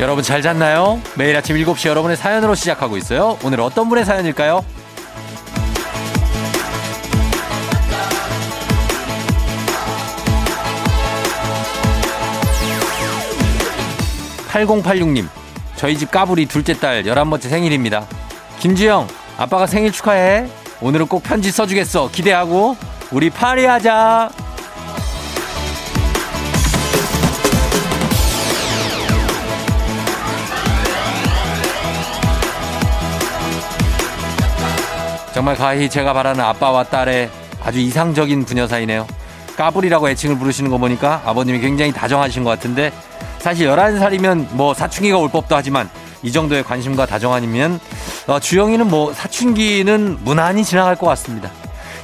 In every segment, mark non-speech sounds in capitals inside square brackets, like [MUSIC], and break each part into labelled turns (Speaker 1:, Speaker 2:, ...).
Speaker 1: 여러분 잘 잤나요? 매일 아침 7시 여러분의 사연으로 시작하고 있어요. 오늘 어떤 분의 사연일까요? 8086님, 저희 집 까불이 둘째 딸 11번째 생일입니다. 김지영, 아빠가 생일 축하해. 오늘은 꼭 편지 써주겠어. 기대하고, 우리 파리하자. 정말 가히 제가 바라는 아빠와 딸의 아주 이상적인 부녀 사이네요. 까불이라고 애칭을 부르시는 거 보니까 아버님이 굉장히 다정하신 것 같은데 사실 11살이면 뭐 사춘기가 올 법도 하지만 이 정도의 관심과 다정함이면 어, 주영이는 뭐 사춘기는 무난히 지나갈 것 같습니다.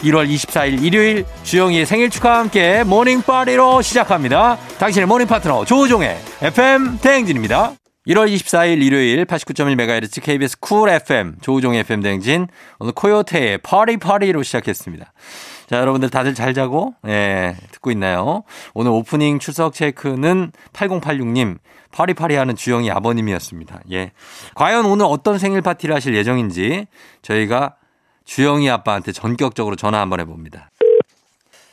Speaker 1: 1월 24일 일요일 주영이의 생일 축하와 함께 모닝 파리로 시작합니다. 당신의 모닝 파트너 조우종의 FM 대행진입니다. 1월 24일 일요일 89.1MHz KBS 쿨 FM 조우종의 FM 대행진 오늘 코요태의 파리 파리로 시작했습니다. 자, 여러분들 다들 잘 자고, 예, 듣고 있나요? 오늘 오프닝 출석 체크는 8086님, 파리파리 하는 주영이 아버님이었습니다. 예. 과연 오늘 어떤 생일 파티를 하실 예정인지 저희가 주영이 아빠한테 전격적으로 전화 한번 해봅니다.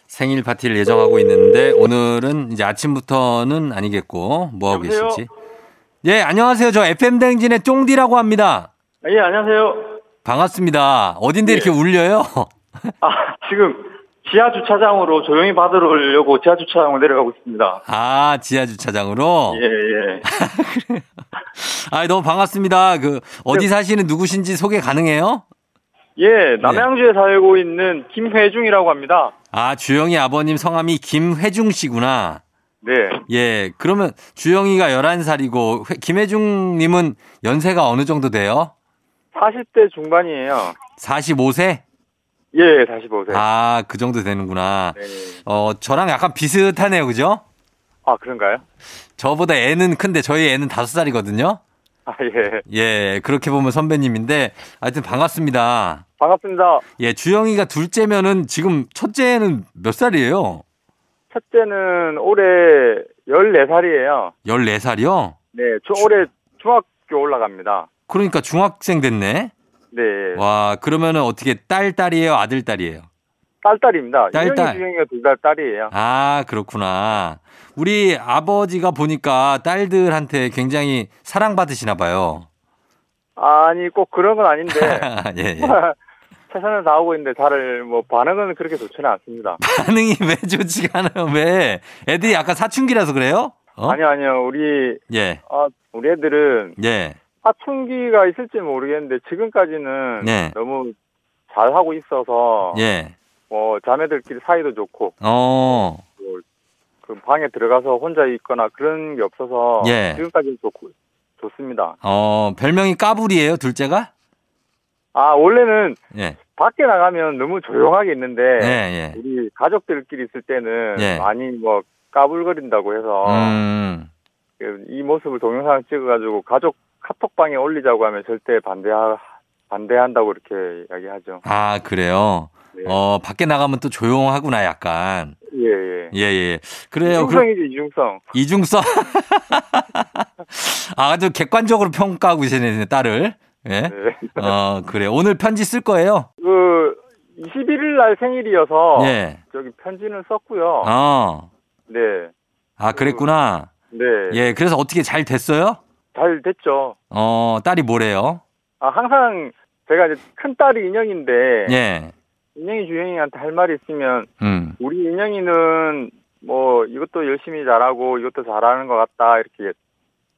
Speaker 1: 생일 파티를 예정하고 있는데 오늘은 이제 아침부터는 아니겠고 뭐 하고
Speaker 2: 여보세요?
Speaker 1: 계실지. 예, 안녕하세요. 저 FM 댕진의 쫑디라고 합니다.
Speaker 2: 아, 예, 안녕하세요.
Speaker 1: 반갑습니다. 어딘데
Speaker 2: 예.
Speaker 1: 이렇게 울려요? [LAUGHS]
Speaker 2: 아, 지금 지하 주차장으로 조용히 받으러 오려고 지하 주차장으로 내려가고 있습니다.
Speaker 1: 아, 지하 주차장으로.
Speaker 2: 예, 예.
Speaker 1: 아, 너무 반갑습니다. 그 어디 사시는 누구신지 소개 가능해요?
Speaker 2: 예, 남양주에 살고 있는 김회중이라고 합니다.
Speaker 1: 아, 주영이 아버님 성함이 김회중 씨구나.
Speaker 2: 네.
Speaker 1: 예. 그러면 주영이가 11살이고 김회중 님은 연세가 어느 정도 돼요?
Speaker 2: 40대 중반이에요.
Speaker 1: 45세?
Speaker 2: 예, 다시 보세요.
Speaker 1: 아, 그 정도 되는구나.
Speaker 2: 네.
Speaker 1: 어, 저랑 약간 비슷하네요. 그죠?
Speaker 2: 아, 그런가요?
Speaker 1: 저보다 애는 큰데 저희 애는 5살이거든요.
Speaker 2: 아, 예.
Speaker 1: 예. 그렇게 보면 선배님인데 하여튼 반갑습니다.
Speaker 2: 반갑습니다.
Speaker 1: 예, 주영이가 둘째면은 지금 첫째는 몇 살이에요?
Speaker 2: 첫째는 올해 14살이에요.
Speaker 1: 14살이요?
Speaker 2: 네, 저 올해 중학교 올라갑니다.
Speaker 1: 그러니까 중학생 됐네.
Speaker 2: 네.
Speaker 1: 와, 그러면은 어떻게 딸 딸이에요, 아들 딸이에요?
Speaker 2: 딸딸입니다.
Speaker 1: 딸,
Speaker 2: 이현이
Speaker 1: 딸.
Speaker 2: 주영이가 둘 다 딸이에요.
Speaker 1: 아, 그렇구나. 우리 아버지가 보니까 딸들한테 굉장히 사랑받으시나 봐요. [LAUGHS]
Speaker 2: 아니, 꼭 그런 건 아닌데.
Speaker 1: 예, 예.
Speaker 2: 네. [LAUGHS] 최선을 다하고 있는데 다를 뭐 반응은 그렇게 좋지는 않습니다.
Speaker 1: 반응이 왜 좋지가 않아요? 왜? 애들이 약간 사춘기라서 그래요? 어?
Speaker 2: 아니요 아니요 우리
Speaker 1: 예.
Speaker 2: 아, 우리 애들은
Speaker 1: 예.
Speaker 2: 사춘기가 있을지 모르겠는데 지금까지는
Speaker 1: 네.
Speaker 2: 너무 잘 하고 있어서
Speaker 1: 예.
Speaker 2: 뭐 자매들끼리 사이도 좋고
Speaker 1: 어.
Speaker 2: 그 방에 들어가서 혼자 있거나 그런 게 없어서
Speaker 1: 예.
Speaker 2: 지금까지는 좋고 좋습니다.
Speaker 1: 어, 별명이 까불이에요, 둘째가?
Speaker 2: 아 원래는
Speaker 1: 예.
Speaker 2: 밖에 나가면 너무 조용하게 있는데
Speaker 1: 예, 예.
Speaker 2: 우리 가족들끼리 있을 때는
Speaker 1: 예.
Speaker 2: 많이 뭐 까불거린다고 해서
Speaker 1: 음.
Speaker 2: 그이 모습을 동영상 찍어가지고 가족 카톡방에 올리자고 하면 절대 반대하, 반대한다고 이렇게 이야기하죠.
Speaker 1: 아, 그래요.
Speaker 2: 네.
Speaker 1: 어, 밖에 나가면 또 조용하구나, 약간.
Speaker 2: 예, 예.
Speaker 1: 예, 예. 그래요. 그
Speaker 2: 이중성이지, 이중성.
Speaker 1: 이중성. [LAUGHS] 아, 아주 객관적으로 평가하고 계시네, 딸을. 예.
Speaker 2: 네.
Speaker 1: 어, 그래. 오늘 편지 쓸 거예요?
Speaker 2: 그, 21일 날 생일이어서,
Speaker 1: 예.
Speaker 2: 저기 편지는 썼고요.
Speaker 1: 어.
Speaker 2: 네.
Speaker 1: 아, 그랬구나.
Speaker 2: 네.
Speaker 1: 예. 그래서 어떻게 잘 됐어요?
Speaker 2: 잘 됐죠.
Speaker 1: 어, 딸이 뭐래요?
Speaker 2: 아, 항상 제가 이제 큰딸이 인형인데,
Speaker 1: 예.
Speaker 2: 인형이 주영이한테 할 말이 있으면,
Speaker 1: 음.
Speaker 2: 우리 인형이는 뭐 이것도 열심히 잘하고 이것도 잘하는 것 같다 이렇게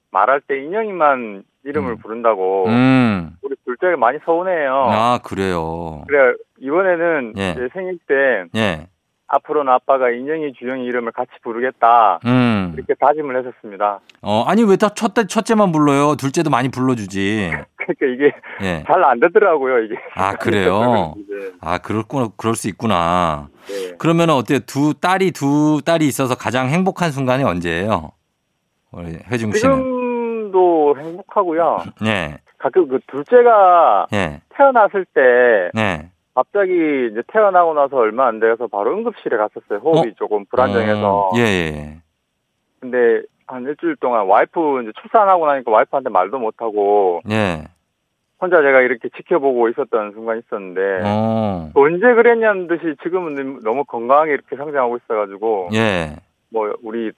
Speaker 2: 말할 때 인형이만 이름을
Speaker 1: 음.
Speaker 2: 부른다고
Speaker 1: 음.
Speaker 2: 우리 둘째가 많이 서운해요.
Speaker 1: 아, 그래요.
Speaker 2: 어. 그래 이번에는
Speaker 1: 예.
Speaker 2: 제 생일 때
Speaker 1: 예.
Speaker 2: 앞으로는 아빠가 인형이 주영이 이름을 같이 부르겠다
Speaker 1: 음.
Speaker 2: 이렇게 다짐을 했었습니다. [LAUGHS]
Speaker 1: 어, 아니, 왜 다 첫째, 첫째만 불러요? 둘째도 많이 불러주지.
Speaker 2: 그러니까 이게 [LAUGHS]
Speaker 1: 예.
Speaker 2: 잘 안 되더라고요 이게.
Speaker 1: 아, 그래요?
Speaker 2: [LAUGHS] 네,
Speaker 1: 아, 그렇구나. 그럴 수 있구나.
Speaker 2: 네.
Speaker 1: 그러면 어때요? 두 딸이 두 딸이 있어서 가장 행복한 순간이 언제예요? 우리 회중 씨는.
Speaker 2: 지금도 행복하고요.
Speaker 1: 예,
Speaker 2: 가끔 그 둘째가
Speaker 1: 예,
Speaker 2: 태어났을 때
Speaker 1: 예.
Speaker 2: 갑자기 이제 태어나고 나서 얼마
Speaker 1: 아, 예.
Speaker 2: 안 돼서 바로 응급실에 갔었어요. 호흡이 조금 불안정해서.
Speaker 1: 어, 예, 예.
Speaker 2: 근데 한 일주일 동안 와이프 이제 출산하고 나니까 와이프한테 말도 못하고
Speaker 1: 예.
Speaker 2: 혼자 제가 이렇게 지켜보고 있었던 순간이 있었는데
Speaker 1: 어.
Speaker 2: 언제 그랬냐는 듯이 지금은 너무 건강하게 이렇게 성장하고 있어가지고
Speaker 1: 예.
Speaker 2: 뭐 우리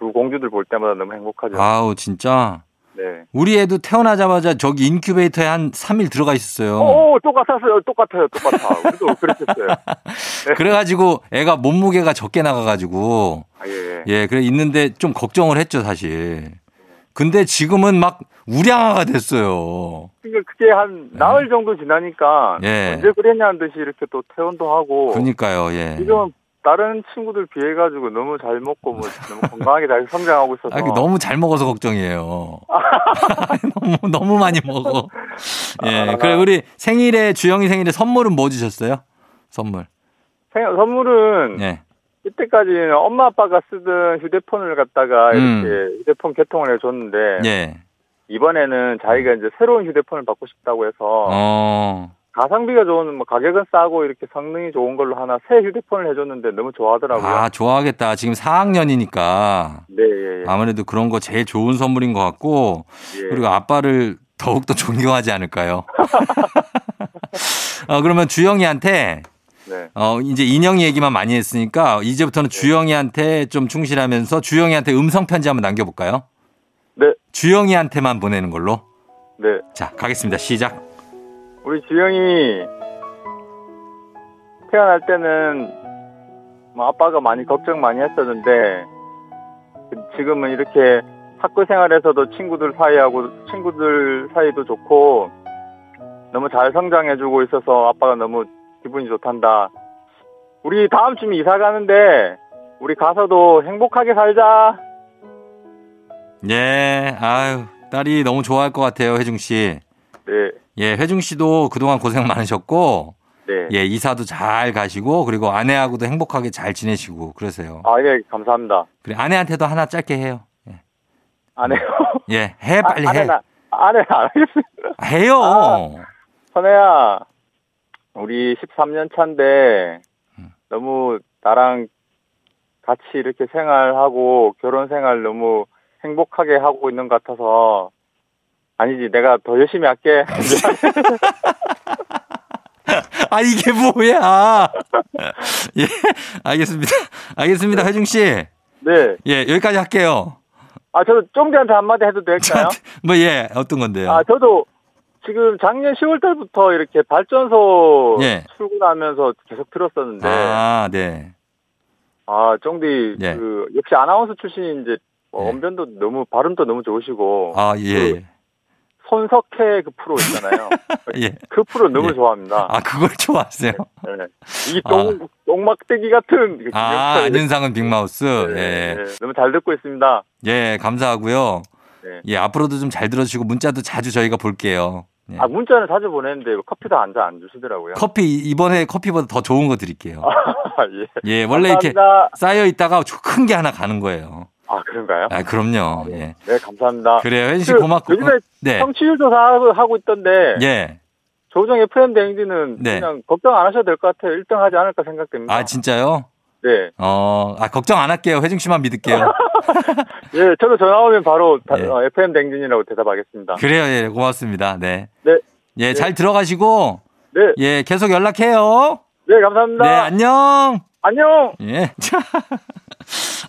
Speaker 2: 두 공주들 볼 때마다 너무 행복하죠.
Speaker 1: 아우 진짜
Speaker 2: 네.
Speaker 1: 우리 애도 태어나자마자 저기 인큐베이터에 한 3일 들어가 있었어요.
Speaker 2: 오 똑같았어요. 똑같아요. 똑같아. 우리도 그랬었어요.
Speaker 1: [LAUGHS] 그래가지고 애가 몸무게가 적게 나가가지고
Speaker 2: 아, 예.
Speaker 1: 예 그래 있는데 좀 걱정을 했죠 사실. 근데 지금은 막 우량화가 됐어요.
Speaker 2: 그게 그러니까 그게 한 나흘 정도 지나니까
Speaker 1: 네. 예.
Speaker 2: 언제 그랬냐는 듯이 이렇게 또 퇴원도 하고
Speaker 1: 그러니까요. 예.
Speaker 2: 지금 다른 친구들 비해 가지고 너무 잘 먹고
Speaker 1: [LAUGHS]
Speaker 2: 뭐 너무 건강하게 잘 성장하고 있어서
Speaker 1: 아, 이게 너무 잘 먹어서
Speaker 2: [LAUGHS]
Speaker 1: 걱정이에요. 너무 너무 많이 먹어.
Speaker 2: 아.
Speaker 1: 예. 그래 우리 생일에 주영이 생일에 선물은 뭐 주셨어요? 선물.
Speaker 2: 생- 선물은
Speaker 1: 예.
Speaker 2: 이때까지는 엄마 아빠가 쓰던 휴대폰을 갖다가
Speaker 1: 음.
Speaker 2: 이렇게 휴대폰 개통을 해줬는데
Speaker 1: 예.
Speaker 2: 이번에는 자기가 이제 새로운 휴대폰을 받고 싶다고 해서
Speaker 1: 어.
Speaker 2: 가성비가 좋은 뭐 가격은 싸고 이렇게 성능이 좋은 걸로 하나 새 휴대폰을 해줬는데 너무 좋아하더라고요.
Speaker 1: 아, 좋아하겠다. 지금 4학년이니까
Speaker 2: 네, 예, 예.
Speaker 1: 아무래도 그런 거 제일 좋은 선물인 것 같고
Speaker 2: 예.
Speaker 1: 그리고 아빠를 더욱더 존경하지
Speaker 2: [LAUGHS]
Speaker 1: 않을까요? 어, 그러면 주영이한테
Speaker 2: 네.
Speaker 1: 어, 이제 인형이 얘기만 많이 했으니까 이제부터는 주영이한테 좀 충실하면서 주영이한테 음성 편지 한번 남겨볼까요?
Speaker 2: 네,
Speaker 1: 주영이한테만 보내는 걸로.
Speaker 2: 네.
Speaker 1: 자, 가겠습니다. 시작.
Speaker 2: 우리 주영이 태어날 때는 뭐 아빠가 많이 걱정 많이 했었는데 지금은 이렇게 학교 생활에서도 친구들 사이하고 친구들 사이도 좋고 너무 잘 성장해주고 있어서 아빠가 너무 기분이 좋단다. 우리 다음 주면 이사 가는데 우리 가서도 행복하게 살자.
Speaker 1: 예, 아유, 딸이 너무 좋아할 것 같아요, 혜중 씨.
Speaker 2: 네,
Speaker 1: 예, 혜중 씨도 그동안 고생 많으셨고,
Speaker 2: 네.
Speaker 1: 예, 이사도 잘 가시고, 그리고 아내하고도 행복하게 잘 지내시고, 그러세요.
Speaker 2: 아, 예, 감사합니다.
Speaker 1: 그래, 아내한테도 하나 짧게 해요. 예,
Speaker 2: 아내요.
Speaker 1: 예, 해, 빨리 해.
Speaker 2: 아내는, 아내는 안 하겠어요.
Speaker 1: 해요.
Speaker 2: 아. 선혜야, 우리 13년 차인데 너무 나랑 같이 이렇게 생활하고 결혼 생활 너무 행복하게 하고 있는 것 같아서 아니지 내가 더 열심히
Speaker 1: [LAUGHS]
Speaker 2: 할게.
Speaker 1: 아, 이게 뭐야. 예, 알겠습니다. 알겠습니다, 혜중 씨. 예,
Speaker 2: 네.
Speaker 1: 여기까지 할게요.
Speaker 2: 아 저도 쫑디한테 한마디 해도 될까요?
Speaker 1: 뭐, 예, 어떤 건데요?
Speaker 2: 아 저도 지금 작년 10월 달부터 이렇게 발전소
Speaker 1: 예.
Speaker 2: 출근하면서 계속 들었었는데
Speaker 1: 아, 네.
Speaker 2: 아, 쫑디,
Speaker 1: 예.
Speaker 2: 그, 역시 아나운서 출신이 이제, 어,
Speaker 1: 예.
Speaker 2: 언변도 너무, 발음도 너무 좋으시고,
Speaker 1: 아, 예.
Speaker 2: 손석해 그 프로
Speaker 1: [LAUGHS]
Speaker 2: 있잖아요.
Speaker 1: 예.
Speaker 2: 그 프로 너무
Speaker 1: 예.
Speaker 2: 좋아합니다.
Speaker 1: 아, 그걸 좋아하세요?
Speaker 2: 예. 이 똥, 똥막대기 같은. 그
Speaker 1: 아,
Speaker 2: 김영철.
Speaker 1: 안윤상은 빅마우스. 예.
Speaker 2: 예. 너무 잘 듣고 있습니다.
Speaker 1: 예, 감사하고요.
Speaker 2: 네.
Speaker 1: 예, 앞으로도 좀 잘 들어주시고 문자도 자주 저희가 볼게요. 예.
Speaker 2: 아, 문자는 자주 보내는데 커피도 한 잔 안 주시더라고요.
Speaker 1: 커피 이번에 커피보다 더 좋은 거 드릴게요.
Speaker 2: [LAUGHS] 예.
Speaker 1: 예, 원래 이렇게
Speaker 2: 감사합니다.
Speaker 1: 쌓여 있다가 큰 게 하나 가는 거예요.
Speaker 2: 아, 그런가요?
Speaker 1: 아, 그럼요. 예.
Speaker 2: 네, 감사합니다.
Speaker 1: 그래요. 혜진 씨
Speaker 2: 그,
Speaker 1: 고맙고.
Speaker 2: 요즘에
Speaker 1: 네.
Speaker 2: 청취율 조사하고 하고 있던데,
Speaker 1: 예.
Speaker 2: 조정 FM 대행진은
Speaker 1: 네.
Speaker 2: 그냥 걱정 안 하셔도 될 것 같아요. 1등 하지 않을까 생각됩니다.
Speaker 1: 아, 진짜요?
Speaker 2: 네.
Speaker 1: 어, 아, 걱정 안 할게요. 혜중 씨만
Speaker 2: [LAUGHS]
Speaker 1: 믿을게요.
Speaker 2: 예, 저도 전화 오면 바로 다-
Speaker 1: 예.
Speaker 2: 어, FM 댕진이라고 대답하겠습니다.
Speaker 1: 그래요. 예, 고맙습니다. 네.
Speaker 2: 네.
Speaker 1: 예, 잘 들어가시고,
Speaker 2: 네,
Speaker 1: 예, 계속 연락해요.
Speaker 2: 네, 감사합니다.
Speaker 1: 네, 안녕.
Speaker 2: 안녕!
Speaker 1: 예. 자.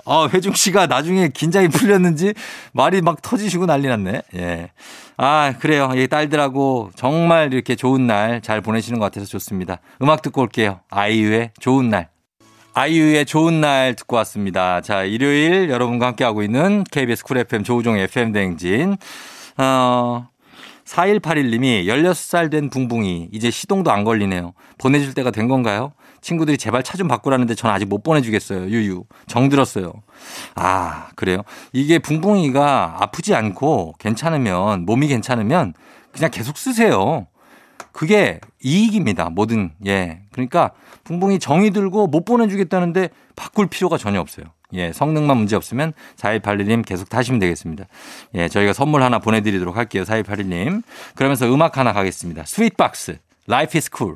Speaker 1: 아, 회중 씨가 나중에 긴장이 풀렸는지 말이 막 터지시고 난리 났네. 예. 아, 그래요. 이 딸들하고 정말 이렇게 좋은 날 잘 보내시는 것 같아서 좋습니다. 음악 듣고 올게요. 아이유의 좋은 날. 아이유의 좋은 날 듣고 왔습니다. 자, 일요일 여러분과 함께하고 있는 KBS 쿨 FM 조우종 FM 대행진. 어, 4181님이 16살 된 붕붕이 이제 시동도 안 걸리네요. 보내줄 때가 된 건가요? 친구들이 제발 차 좀 바꾸라는데 전 아직 못 보내주겠어요. 유유. 정들었어요. 아, 그래요? 이게 붕붕이가 아프지 않고 괜찮으면, 몸이 괜찮으면 그냥 계속 쓰세요. 그게 이익입니다. 뭐든. 예. 그러니까 붕붕이 정이 들고 못 보내주겠다는데 바꿀 필요가 전혀 없어요. 예. 성능만 문제 없으면 4181님 계속 타시면 되겠습니다. 예. 저희가 선물 하나 보내드리도록 할게요. 4181님. 그러면서 음악 하나 가겠습니다. 스윗박스. Life is cool.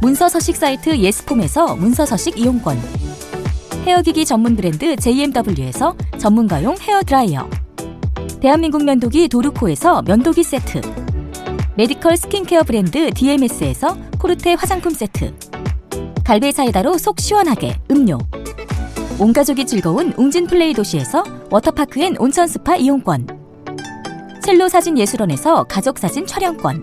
Speaker 3: 문서 서식 사이트 예스폼에서 문서 서식 이용권 헤어기기 전문 브랜드 JMW에서 전문가용 헤어 드라이어 대한민국 면도기 도르코에서 면도기 세트 메디컬 스킨케어 브랜드 DMS에서 코르테 화장품 세트 갈베 사이다로 속 시원하게 음료 온 가족이 즐거운 웅진 플레이 도시에서 워터파크 앤 온천 스파 이용권 첼로 사진 예술원에서 가족 사진 촬영권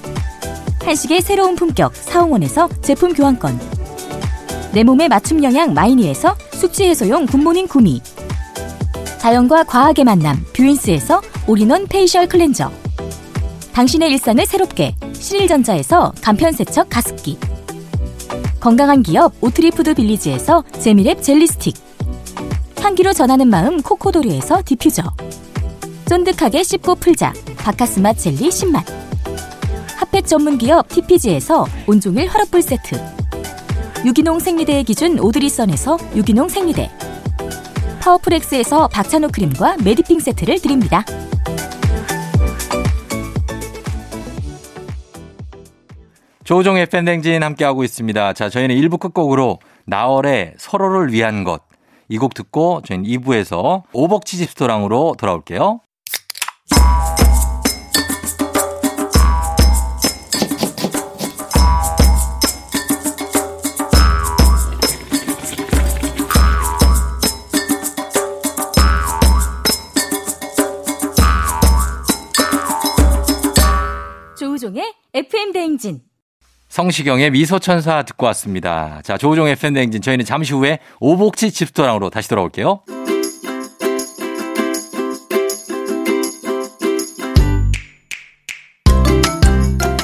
Speaker 3: 한식의 새로운 품격 사홍원에서 제품 교환권 내 몸에 맞춤 영양 마이니에서 숙취 해소용 굿모닝 구미 자연과 과학의 만남 뷰인스에서 올인원 페이셜 클렌저 당신의 일상을 새롭게 신일전자에서 간편세척 가습기 건강한 기업 오트리푸드 빌리지에서 재미랩 젤리스틱 향기로 전하는 마음 코코도리에서 디퓨저 쫀득하게 씹고 풀자 바카스맛 젤리 10만 핫팩 전문 기업 TPG에서 온종일 화롯불 세트 유기농 생리대의 기준 오드리선에서 유기농 생리대 파워풀엑스에서 박찬호 크림과 메디핑 세트를 드립니다.
Speaker 1: 조종의 팬댕진 함께하고 있습니다. 자, 저희는 1부 끝곡으로 나월의 서로를 위한 것. 이 곡 듣고 저희는 2부에서 오복치집 스토랑으로 돌아올게요.
Speaker 3: 조우종의 FM 대행진.
Speaker 1: 성시경의 미소천사 듣고 왔습니다. 자, 조우종의 팬데행진 저희는 잠시 후에 오복치 집도랑으로 다시 돌아올게요.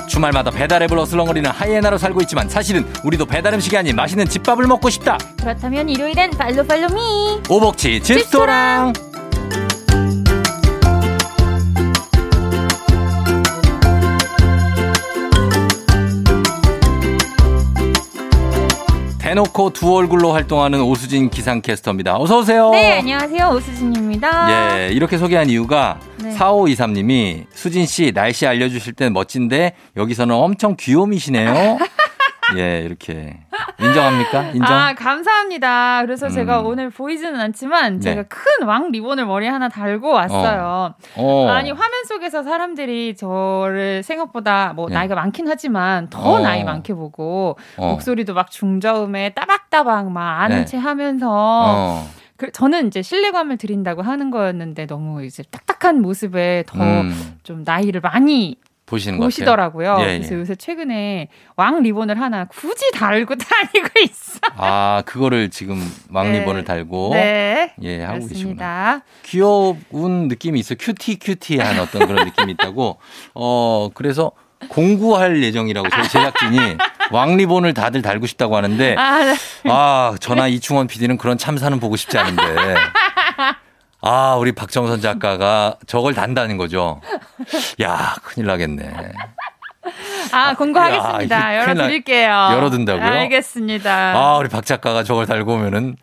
Speaker 1: 주말마다 배달앱을 어슬렁거리는 하이에나로 살고 있지만 사실은 우리도 배달음식이 아닌 맛있는 집밥을 먹고 싶다.
Speaker 4: 그렇다면 일요일엔 팔로 팔로 미.
Speaker 1: 오복치 집도랑. 대놓고 두 얼굴로 활동하는 오수진 기상캐스터입니다. 어서 오세요.
Speaker 4: 네, 안녕하세요. 오수진입니다.
Speaker 1: 예, 이렇게 소개한 이유가
Speaker 4: 네.
Speaker 1: 4523님이 수진 씨 날씨 알려주실 땐 멋진데 여기서는 엄청
Speaker 4: [LAUGHS]
Speaker 1: 귀요미시네요. 예, 이렇게 인정합니까? 인정.
Speaker 4: 아, 감사합니다. 그래서
Speaker 1: 음.
Speaker 4: 제가 오늘 보이지는 않지만
Speaker 1: 네.
Speaker 4: 제가 큰 왕 리본을 머리에 하나 달고 왔어요.
Speaker 1: 어.
Speaker 4: 아니 화면 속에서 사람들이 저를 생각보다 뭐
Speaker 1: 네.
Speaker 4: 나이가 많긴 하지만 더
Speaker 1: 어.
Speaker 4: 나이 많게 보고
Speaker 1: 어.
Speaker 4: 목소리도 막 중저음에 따박따박 막 아는
Speaker 1: 네.
Speaker 4: 체 하면서
Speaker 1: 어.
Speaker 4: 그, 저는 이제 신뢰감을 드린다고 하는 거였는데 너무 이제 딱딱한 모습에 더 좀
Speaker 1: 음,
Speaker 4: 나이를 많이
Speaker 1: 보시는 것
Speaker 4: 어. 보시더라고요.
Speaker 1: 예, 예.
Speaker 4: 그래서 요새 최근에 왕 리본을 하나 굳이 달고 [LAUGHS] 다니고 있어.
Speaker 1: 같아요. 아, 그거를 지금
Speaker 4: 네.
Speaker 1: 왕리본을 달고
Speaker 4: 네.
Speaker 1: 예, 하고 계시구나.
Speaker 4: 그렇습니다.
Speaker 1: 귀여운 느낌이 있어. 큐티 큐티한 어떤 그런 느낌이 있다고. 어, 그래서 공구할 예정이라고 저희 제작진이 왕리본을 다들 달고 싶다고 하는데
Speaker 4: 아, 네.
Speaker 1: 아, 저나 이충원 PD는 그런 참사는 보고 싶지 않은데.
Speaker 4: [LAUGHS]
Speaker 1: 아, 우리 박정선 작가가 저걸 단다는 거죠. 야, 큰일 나겠네.
Speaker 4: 아,
Speaker 1: 야,
Speaker 4: 공고하겠습니다.
Speaker 1: 이게 큰일 나-
Speaker 4: 열어드릴게요.
Speaker 1: 열어둔다고요?
Speaker 4: 알겠습니다.
Speaker 1: 아, 우리 박 작가가 저걸 달고 오면은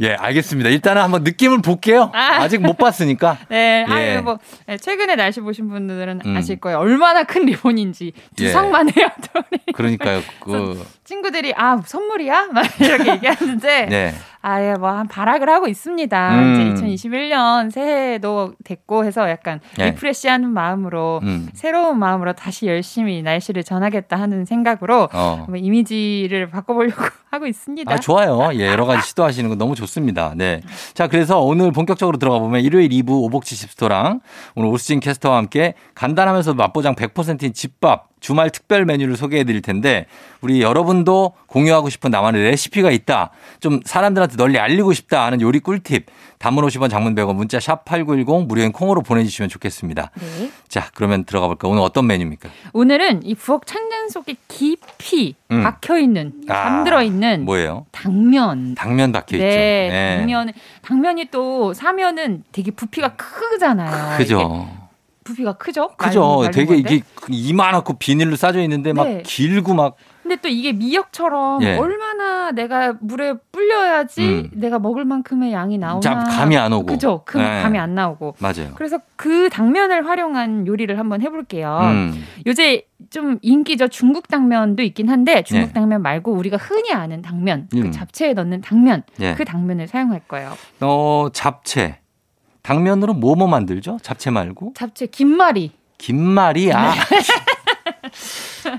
Speaker 1: 예, 알겠습니다. 일단은 한번 느낌을 볼게요.
Speaker 4: 아.
Speaker 1: 아직 못 봤으니까.
Speaker 4: [LAUGHS] 네,
Speaker 1: 예.
Speaker 4: 아유 뭐 네, 최근에 날씨 보신 분들은
Speaker 1: 음.
Speaker 4: 아실 거예요. 얼마나 큰 리본인지
Speaker 1: 예.
Speaker 4: 두상만 [LAUGHS] 해요. 돈이.
Speaker 1: 그러니까요. 그
Speaker 4: 친구들이 아 선물이야? 막 이렇게 얘기하는데
Speaker 1: [LAUGHS] 네.
Speaker 4: 아예 뭐 한 발악을 하고 있습니다.
Speaker 1: 음.
Speaker 4: 이제 2021년 새해도 됐고 해서 약간
Speaker 1: 예.
Speaker 4: 리프레시하는 마음으로
Speaker 1: 음.
Speaker 4: 새로운 마음으로 다시 열심히 날씨를 전하겠다 하는 생각으로
Speaker 1: 어.
Speaker 4: 한번 이미지를 바꿔보려고 [LAUGHS] 하고 있습니다.
Speaker 1: 아, 좋아요. 예, 여러 가지 시도하시는 거 너무 좋습니다. 네. 자, 그래서 오늘 본격적으로 들어가 보면 일요일 2부 오복치 집스토랑 오늘 오수진 캐스터와 함께 간단하면서 맛보장 100%인 집밥 주말 특별 메뉴를 소개해 드릴 텐데 우리 여러분도 공유하고 싶은 나만의 레시피가 있다. 좀 사람들한테 널리 알리고 싶다 하는 요리 꿀팁. 담은 50원 장문 100원 문자 샵 8910 무료인 콩으로 보내주시면 좋겠습니다.
Speaker 4: 네.
Speaker 1: 자, 그러면 들어가 볼까? 오늘 어떤 메뉴입니까?
Speaker 4: 오늘은 이 부엌 창문 속에 깊이
Speaker 1: 음.
Speaker 4: 박혀 있는
Speaker 1: 아,
Speaker 4: 잠들어 있는
Speaker 1: 뭐예요?
Speaker 4: 당면.
Speaker 1: 당면 박혀 있죠.
Speaker 4: 음. 네, 당면 당면이 또 사면은 되게 부피가 크잖아요. 이게
Speaker 1: 그죠.
Speaker 4: 부피가 크죠? 말린-
Speaker 1: 그죠.
Speaker 4: 말린
Speaker 1: 되게
Speaker 4: 건데.
Speaker 1: 이게 이만하고 비닐로 싸져 있는데 막
Speaker 4: 네.
Speaker 1: 길고 막
Speaker 4: 근데 또 이게 미역처럼
Speaker 1: 예.
Speaker 4: 얼마나 내가 물에 불려야지
Speaker 1: 음.
Speaker 4: 내가 먹을 만큼의 양이 나오나.
Speaker 1: 자, 감이 안 오고.
Speaker 4: 그죠. 그
Speaker 1: 네.
Speaker 4: 감이 안 나오고.
Speaker 1: 맞아요.
Speaker 4: 그래서 그 당면을 활용한 요리를 한번 해볼게요.
Speaker 1: 음.
Speaker 4: 요새 좀 인기죠 중국 당면도 있긴 한데 중국
Speaker 1: 예.
Speaker 4: 당면 말고 우리가 흔히 아는 당면, 그
Speaker 1: 음.
Speaker 4: 잡채에 넣는 당면,
Speaker 1: 예.
Speaker 4: 그 당면을 사용할 거예요.
Speaker 1: 어, 잡채. 당면으로 뭐 뭐 만들죠? 잡채 말고
Speaker 4: 잡채 김말이.
Speaker 1: 김말이 아. [LAUGHS]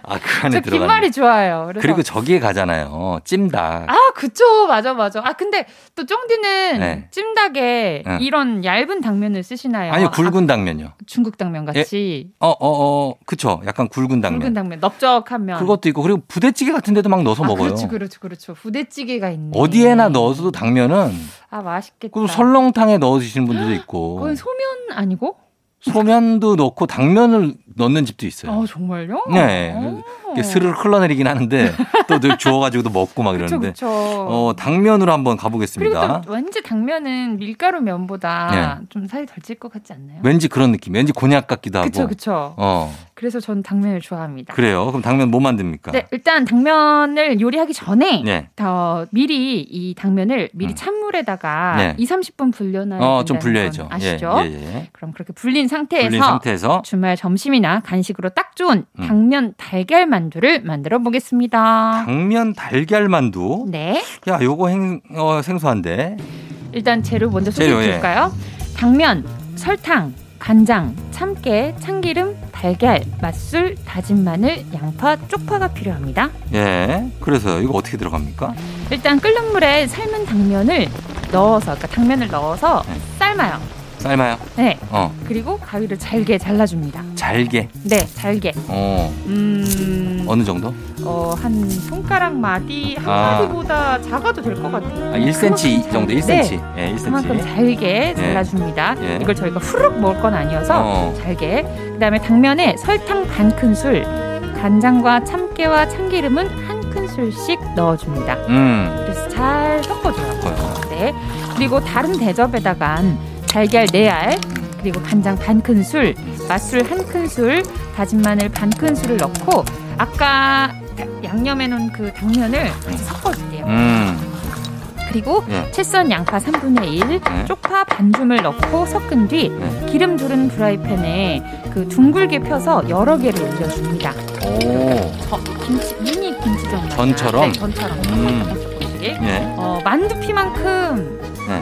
Speaker 1: 아, 그
Speaker 4: 네. 저
Speaker 1: 안에 들어가.
Speaker 4: 김말이 좋아요. 그래서
Speaker 1: 그리고 저기에 가잖아요. 찜닭.
Speaker 4: 아 그쵸 맞아 맞아. 아 근데 또 쫑디는
Speaker 1: 네.
Speaker 4: 찜닭에
Speaker 1: 응.
Speaker 4: 이런 얇은 당면을 쓰시나요?
Speaker 1: 예. 아. 니요 굵은 당면요.
Speaker 4: 네. 아, 중국 당면 같이
Speaker 1: 어, 어, 어. 그쵸. 약간 굵은 당면.
Speaker 4: 굵은 당면 넓적한 면.
Speaker 1: 그것도 있고 그리고 부대찌개 같은 데도 막 넣어서
Speaker 4: 아,
Speaker 1: 먹어요.
Speaker 4: 그렇죠 그렇죠 그렇죠. 부대찌개가 있네.
Speaker 1: 어디에나 넣어서도 당면은
Speaker 4: 아 맛있겠다.
Speaker 1: 그 설렁탕에 넣어 주시는 분들도 있고.
Speaker 4: 그건 소면 아니고?
Speaker 1: 소면도 넣고 당면을 넣는 집도 있어요.
Speaker 4: 아 어. 정말요?
Speaker 1: 네. 이게 스르륵 흘러내리긴 하는데 또 늘 주워가지고 또 먹고 막
Speaker 4: 그렇죠
Speaker 1: 이러는데.
Speaker 4: 그렇죠.
Speaker 1: 어, 당면으로 한번
Speaker 4: 그리고
Speaker 1: 가보겠습니다. 네.
Speaker 4: 또 왠지 당면은 밀가루 면보다 좀 살이 덜 찔 것 같지 않나요?
Speaker 1: 왠지 그런 느낌. 왠지 곤약 같기도 하고.
Speaker 4: 그쵸 그쵸.
Speaker 1: 어,
Speaker 4: 그래서 저는 당면을 좋아합니다.
Speaker 1: 그래요. 그럼 당면 뭐 만듭니까?
Speaker 4: 네, 일단 당면을 요리하기 전에
Speaker 1: 네.
Speaker 4: 더 미리 이 당면을 미리
Speaker 1: 음.
Speaker 4: 찬물에다가
Speaker 1: 네.
Speaker 4: 2, 30분 불려놔야
Speaker 1: 어, 좀
Speaker 4: 된다는
Speaker 1: 불려야죠.
Speaker 4: 건 네, 아시죠?
Speaker 1: 예, 예, 예.
Speaker 4: 그럼 그렇게 불린 상태에서
Speaker 1: 불린 상태에서
Speaker 4: 주말 점심이나 간식으로 딱 좋은
Speaker 1: 음.
Speaker 4: 당면 달걀 만두를 만들어 보겠습니다.
Speaker 1: 당면 달걀만두.
Speaker 4: 네.
Speaker 1: 야, 요거 행, 어, 생소한데.
Speaker 4: 일단 재료 먼저 소개해
Speaker 1: 재료, 예.
Speaker 4: 드릴까요? 당면, 설탕, 간장, 참깨, 참기름, 달걀, 맛술, 다진 마늘, 양파, 쪽파가 필요합니다.
Speaker 1: 예. 그래서 이거 어떻게 들어갑니까?
Speaker 4: 일단 끓는 물에 삶은 당면을 넣어서 그러니까 당면을 넣어서
Speaker 1: 네.
Speaker 4: 삶아요.
Speaker 1: 삶아요.
Speaker 4: 네.
Speaker 1: 어,
Speaker 4: 그리고 가위를 잘게 잘라줍니다.
Speaker 1: 잘게.
Speaker 4: 네, 잘게.
Speaker 1: 어,
Speaker 4: 음,
Speaker 1: 어느 정도?
Speaker 4: 어, 한 손가락 마디 한
Speaker 1: 아.
Speaker 4: 마디보다 작아도 될 것 같아요.
Speaker 1: 아, 1cm 정도, 1cm.
Speaker 4: 네,
Speaker 1: 예, 1cm.
Speaker 4: 그만큼 잘게 잘라줍니다.
Speaker 1: 예.
Speaker 4: 이걸 저희가 후루룩 먹을 건 아니어서
Speaker 1: 어.
Speaker 4: 잘게 그다음에 당면에 설탕 반 큰술 간장과 참깨와 참기름은 한 큰술씩 넣어줍니다
Speaker 1: 음.
Speaker 4: 그래서 잘 섞어줘요
Speaker 1: 거요.
Speaker 4: 네 그리고 다른 대접에다가 달걀 4알 그리고 간장 반 큰술 맛술 한 큰술 다진 마늘 반 큰술을 넣고 아까 다- 양념해 놓은 그 당면을 같이 섞어줄게요
Speaker 1: 음.
Speaker 4: 그리고
Speaker 1: 예.
Speaker 4: 채 썬 양파 3분의 1,
Speaker 1: 네.
Speaker 4: 쪽파 반줌을 넣고 섞은 뒤
Speaker 1: 네.
Speaker 4: 기름 두른 프라이팬에 그 둥글게 펴서 여러 개를 올려줍니다.
Speaker 1: 오.
Speaker 4: 저, 김치 미니 김치전 같은
Speaker 1: 전처럼?
Speaker 4: 네, 전처럼
Speaker 1: 음.
Speaker 4: 조금씩.
Speaker 1: 예.
Speaker 4: 어, 만두피만큼
Speaker 1: 네.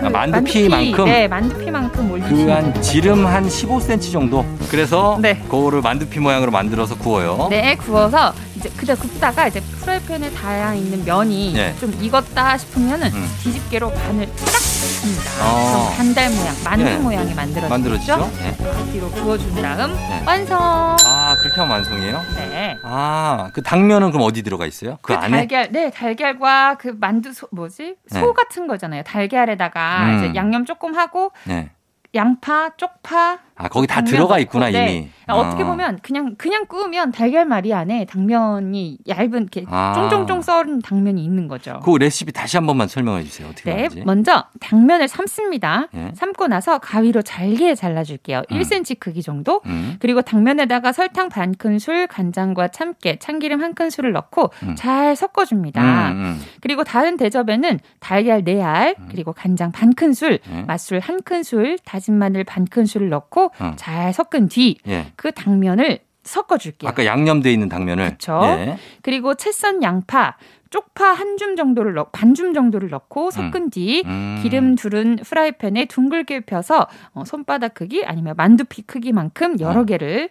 Speaker 4: 그
Speaker 1: 아, 만두피만큼?
Speaker 4: 만두피, 네 만두피만큼
Speaker 1: 그
Speaker 4: 올리시면
Speaker 1: 한 지름 한 15cm 정도. 그래서
Speaker 4: 음. 네.
Speaker 1: 그거를 만두피 모양으로 만들어서 구워요.
Speaker 4: 네 구워서 이제 그다 굽다가 이제 프라이팬에 닿아 있는 면이
Speaker 1: 예.
Speaker 4: 좀 익었다 싶으면은
Speaker 1: 음.
Speaker 4: 뒤집개로 반을 딱 줍니다.
Speaker 1: 어.
Speaker 4: 그럼 반달 모양, 만두
Speaker 1: 예.
Speaker 4: 모양이 만들어지죠.
Speaker 1: 만들어지죠? 예.
Speaker 4: 뒤로 구워준 다음
Speaker 1: 네.
Speaker 4: 완성.
Speaker 1: 아, 그렇게 하면 완성이에요?
Speaker 4: 네.
Speaker 1: 아, 그 당면은 그럼 어디 들어가 있어요? 그,
Speaker 4: 그
Speaker 1: 안에?
Speaker 4: 달걀, 네 달걀과 그 만두 소, 뭐지 소
Speaker 1: 네.
Speaker 4: 같은 거잖아요. 달걀에다가
Speaker 1: 음.
Speaker 4: 이제 양념 조금 하고
Speaker 1: 네.
Speaker 4: 양파, 쪽파.
Speaker 1: 아, 거기 다
Speaker 4: 당면
Speaker 1: 들어가
Speaker 4: 넣고,
Speaker 1: 있구나,
Speaker 4: 네.
Speaker 1: 이미.
Speaker 4: 아, 어떻게 보면 그냥 그냥 구우면 달걀 말이 안에 당면이 얇은 이렇게
Speaker 1: 아.
Speaker 4: 쫑쫑쫑 썰은 당면이 있는 거죠.
Speaker 1: 그 레시피 다시 한 번만 설명해 주세요. 어떻게
Speaker 4: 네,
Speaker 1: 하는지.
Speaker 4: 먼저 당면을 삶습니다.
Speaker 1: 예.
Speaker 4: 삶고 나서 가위로 잘게 잘라줄게요.
Speaker 1: 음.
Speaker 4: 1cm 크기 정도.
Speaker 1: 음.
Speaker 4: 그리고 당면에다가 설탕 반 큰술, 간장과 참깨, 참기름 한 큰술을 넣고
Speaker 1: 음.
Speaker 4: 잘 섞어줍니다.
Speaker 1: 음,
Speaker 4: 그리고 다른 대접에는 달걀 4알, 그리고 간장 반 큰술,
Speaker 1: 음.
Speaker 4: 맛술 한 큰술, 다진 마늘 반 큰술을 넣고
Speaker 1: 음.
Speaker 4: 잘 섞은 뒤 그
Speaker 1: 예. 예.
Speaker 4: 당면을 섞어줄게요.
Speaker 1: 아, 그 아까 양념돼 있는 당면을.
Speaker 4: 그쵸.
Speaker 1: 예.
Speaker 4: 그리고 채 썬 양파, 쪽파 한 줌 정도를 넣, 반줌 정도를 넣고 섞은 뒤
Speaker 1: 음.
Speaker 4: 기름 두른 프라이팬에 둥글게 펴서 어, 손바닥 크기 아니면 만두피 크기만큼 여러
Speaker 1: 어.
Speaker 4: 개를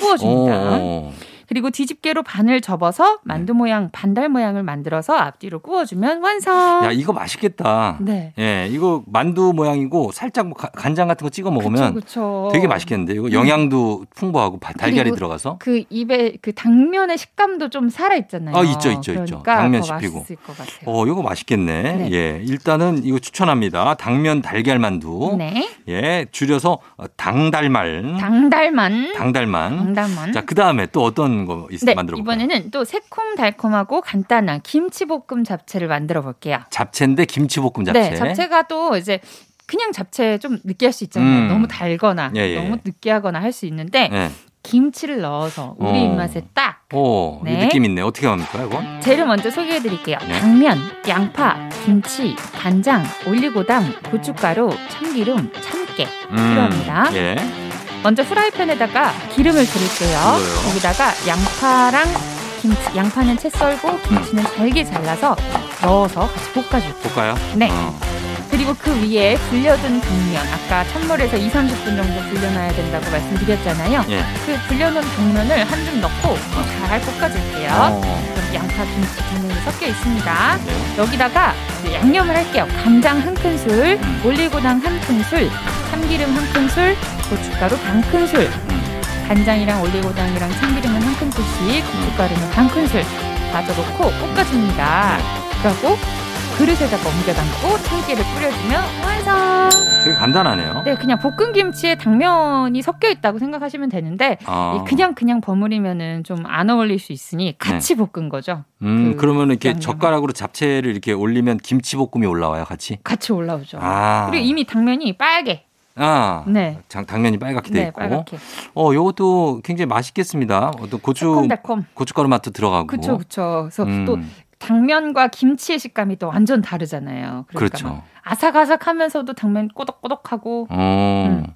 Speaker 4: 구워줍니다.
Speaker 1: 오. 네.
Speaker 4: 그리고 뒤집개로 반을 접어서 만두 모양, 반달 모양을 만들어서 앞뒤로 구워주면 완성.
Speaker 1: 어. 야 이거 맛있겠다.
Speaker 4: 네.
Speaker 1: 예, 이거 만두 모양이고 살짝 뭐 가- 간장 같은 거 찍어 먹으면
Speaker 4: 그쵸, 그쵸.
Speaker 1: 되게 맛있겠는데 이거 영양도 풍부하고 바- 달걀이
Speaker 4: 그리고
Speaker 1: 들어가서
Speaker 4: 그 입에 그 당면의 식감도 좀 살아 있잖아요.
Speaker 1: 아, 있죠, 있죠, 있죠.
Speaker 4: 그러니까
Speaker 1: 당면
Speaker 4: 더
Speaker 1: 씹히고.
Speaker 4: 맛있을 것 같아요.
Speaker 1: 어 이거 맛있겠네.
Speaker 4: 네.
Speaker 1: 예, 일단은 이거 추천합니다. 당면 달걀 만두.
Speaker 4: 네.
Speaker 1: 예, 줄여서 어, 당달말.
Speaker 4: 당달만.
Speaker 1: 음. 당달만.
Speaker 4: 당달만.
Speaker 1: 자, 그 다음에 또 어떤 거 있,
Speaker 4: 네,
Speaker 1: 만들어 볼까요?
Speaker 4: 이번에는 또 새콤달콤하고 간단한 김치볶음 잡채를 만들어 볼게요.
Speaker 1: 잡채인데 김치볶음 잡채.
Speaker 4: 네, 잡채가 또 이제 그냥 잡채 좀 느끼할 수 있잖아요.
Speaker 1: 음.
Speaker 4: 너무 달거나
Speaker 1: 예, 예.
Speaker 4: 너무 느끼하거나 할 수 있는데
Speaker 1: 예.
Speaker 4: 김치를 넣어서 우리
Speaker 1: 어.
Speaker 4: 입맛에 딱
Speaker 1: 오, 이
Speaker 4: 네.
Speaker 1: 느낌 있네. 어떻게 합니까, 이거?
Speaker 4: 재료 먼저 소개해 드릴게요.
Speaker 1: 네.
Speaker 4: 당면, 양파, 김치, 간장, 올리고당, 고춧가루, 참기름, 참깨. 필요합니다.
Speaker 1: 예.
Speaker 4: 먼저 프라이팬에다가 기름을 두를게요.
Speaker 1: 그래요?
Speaker 4: 거기다가 양파랑 김치, 양파는 채 썰고 김치는
Speaker 1: 음.
Speaker 4: 잘게 잘라서 넣어서 같이 볶아줄게요.
Speaker 1: 볼까요?
Speaker 4: 네.
Speaker 1: 어.
Speaker 4: 그리고 그 위에 불려둔 당면 아까 찬물에서 2, 30분 정도 불려놔야 된다고 말씀드렸잖아요.
Speaker 1: 예.
Speaker 4: 그 불려놓은 당면을 한 줌 넣고 또 잘 볶아줄게요.
Speaker 1: 어.
Speaker 4: 그럼 양파, 김치, 당면이 섞여 있습니다.
Speaker 1: 네.
Speaker 4: 여기다가 이제 양념을 할게요. 간장 한 큰술, 올리고당 한 큰술, 참기름 한 큰술, 고춧가루 반 큰술, 간장이랑 올리고당이랑 참기름은 한 큰술씩, 고춧가루는 반 큰술 다져놓고 볶아줍니다. 그리고 그릇에다 넘겨 담고 참깨를 뿌려주면 완성.
Speaker 1: 되게 간단하네요.
Speaker 4: 네, 그냥 볶은 김치에 당면이 섞여 있다고 생각하시면 되는데
Speaker 1: 아.
Speaker 4: 이 그냥 그냥 버무리면은 좀 안 어울릴 수 있으니 같이 볶은 거죠.
Speaker 1: 음,
Speaker 4: 그
Speaker 1: 그, 러면 이렇게
Speaker 4: 양념.
Speaker 1: 젓가락으로 잡채를 이렇게 올리면 김치볶음이 올라와요, 같이.
Speaker 4: 같이 올라오죠.
Speaker 1: 아.
Speaker 4: 그렇죠. 그리고 이미 당면이 빨개.
Speaker 1: 아.
Speaker 4: 네.
Speaker 1: 장, 당면이 빨갛게 돼
Speaker 4: 네,
Speaker 1: 있고.
Speaker 4: 빨갛게.
Speaker 1: 어, 요것도 굉장히 맛있겠습니다. 어떤 고추
Speaker 4: 새콤달콤.
Speaker 1: 고춧가루 맛도 들어가고.
Speaker 4: 그쵸, 그쵸. 그래서
Speaker 1: 음,
Speaker 4: 또 당면과 김치의 식감이 또 완전 다르잖아요. 그러니까 막
Speaker 1: 그렇죠.
Speaker 4: 아삭아삭하면서도 당면 꼬덕꼬덕하고
Speaker 1: 어.
Speaker 4: 음.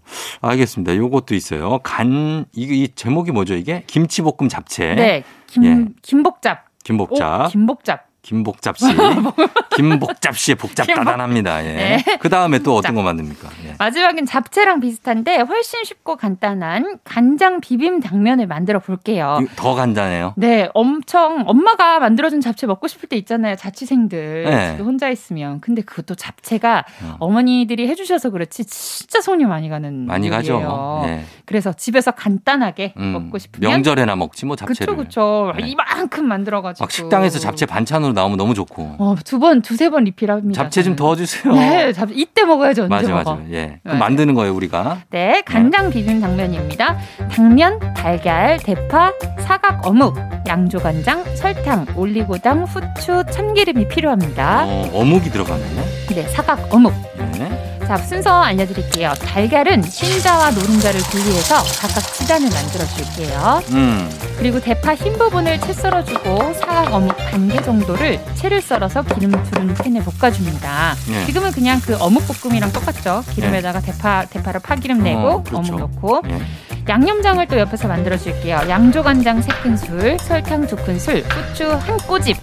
Speaker 1: 알겠습니다. 요것도 있어요. 간 이게 이 제목이 뭐죠, 이게? 김치볶음 잡채.
Speaker 4: 네, 김
Speaker 1: 예.
Speaker 4: 김복잡. 오,
Speaker 1: 김복잡.
Speaker 4: 김복잡. 뭐,
Speaker 1: 김복잡씨.
Speaker 4: [LAUGHS]
Speaker 1: 김복잡씨의 복잡다단합니다. 예.
Speaker 4: 네.
Speaker 1: 그 다음에 또 어떤 거 만듭니까? 예.
Speaker 4: 마지막엔 잡채랑 비슷한데 훨씬 쉽고 간단한 간장 비빔 당면을 만들어 볼게요.
Speaker 1: 이거 더 간단해요.
Speaker 4: 네, 엄청 엄마가 만들어준 잡채 먹고 싶을 때 있잖아요. 자취생들
Speaker 1: 네.
Speaker 4: 집에 혼자 있으면. 근데 그것도 잡채가
Speaker 1: 어.
Speaker 4: 어머니들이 해주셔서 그렇지 진짜 손이 음, 많이 가는
Speaker 1: 많이
Speaker 4: 요리예요.
Speaker 1: 가죠. 예.
Speaker 4: 그래서 집에서 간단하게
Speaker 1: 음,
Speaker 4: 먹고 싶으면
Speaker 1: 명절에나 먹지 뭐 잡채를.
Speaker 4: 그쵸 그쵸
Speaker 1: 네.
Speaker 4: 이만큼 만들어가지고
Speaker 1: 막 식당에서 잡채 반찬으로 나오면 너무 좋고.
Speaker 4: 어두번 두세 번 리필합니다.
Speaker 1: 잡채 좀
Speaker 4: 저는.
Speaker 1: 더 주세요.
Speaker 4: 네, 잡채 이때 먹어야지 언제
Speaker 1: 맞아
Speaker 4: 먹어.
Speaker 1: 맞아. 예.
Speaker 4: 맞아요.
Speaker 1: 그럼 만드는 거예요 우리가.
Speaker 4: 네, 간장 비빔 당면입니다. 당면, 달걀, 대파, 사각 어묵, 양조 간장, 설탕, 올리고당, 후추, 참기름이 필요합니다.
Speaker 1: 어, 어묵이 들어가네.
Speaker 4: 네, 사각 어묵.
Speaker 1: 예.
Speaker 4: 자, 순서 알려드릴게요. 달걀은 흰자와 노른자를 분리해서 각각 치단을 만들어줄게요.
Speaker 1: 음.
Speaker 4: 그리고 대파 흰 부분을 채 썰어주고 사각 어묵 반 개 정도를 채를 썰어서 기름 두른 팬에 볶아줍니다.
Speaker 1: 예.
Speaker 4: 지금은 그냥 그 어묵 볶음이랑 똑같죠. 기름에다가 대파 대파를 파기름 내고
Speaker 1: 네. 어, 그렇죠.
Speaker 4: 어묵 넣고
Speaker 1: 예.
Speaker 4: 양념장을 또 옆에서 만들어 줄게요. 양조간장 3큰술, 설탕 2큰술, 후추 한 꼬집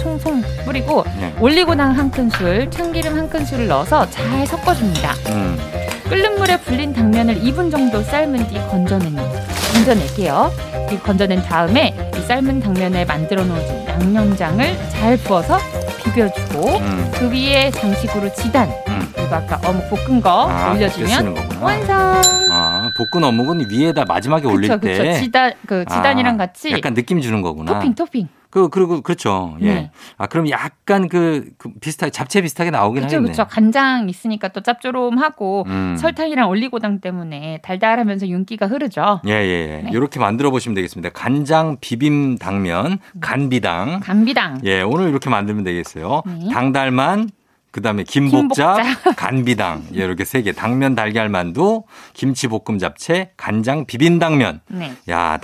Speaker 4: 총총 뿌리고
Speaker 1: 네.
Speaker 4: 올리고당 한 큰술, 참기름 한 큰술을 넣어서 잘 섞어줍니다.
Speaker 1: 음.
Speaker 4: 끓는 물에 불린 당면을 2분 정도 삶은 뒤 건져낸, 건져낼게요. 이 건져낸 다음에 이 삶은 당면에 만들어 놓은 양념장을 잘 부어서 비벼주고
Speaker 1: 음.
Speaker 4: 그 위에 장식으로 지단
Speaker 1: 음.
Speaker 4: 그리고 아까 어묵 볶은 거
Speaker 1: 아, 그때
Speaker 4: 올려주면
Speaker 1: 쓰는 거구나.
Speaker 4: 완성.
Speaker 1: 아, 볶은 어묵은 위에다 마지막에 올릴
Speaker 4: 그쵸
Speaker 1: 때
Speaker 4: 그쵸 지단 그 지단이랑
Speaker 1: 아,
Speaker 4: 같이
Speaker 1: 약간 느낌 주는 거구나.
Speaker 4: 토핑 토핑.
Speaker 1: 그 그리고 그렇죠. 예.
Speaker 4: 네.
Speaker 1: 아 그럼 약간 그, 그 비슷하게 잡채 비슷하게 나오긴
Speaker 4: 그쵸
Speaker 1: 하겠네.
Speaker 4: 그쵸 간장 있으니까 또 짭조름하고
Speaker 1: 음.
Speaker 4: 설탕이랑 올리고당 때문에 달달하면서 윤기가 흐르죠.
Speaker 1: 예, 예,
Speaker 4: 네.
Speaker 1: 예. 이렇게 만들어 보시면 되겠습니다. 간장 비빔 당면, 간비당.
Speaker 4: 감비당.
Speaker 1: 예, 오늘 이렇게 만들면 되겠어요.
Speaker 4: 네.
Speaker 1: 당달만, 그 다음에 김복잡, [LAUGHS] 간비당. 예, 이렇게 세 개. 당면 달걀만두, 김치볶음 잡채, 간장 비빔 당면.
Speaker 4: 네. [LAUGHS]
Speaker 1: 야,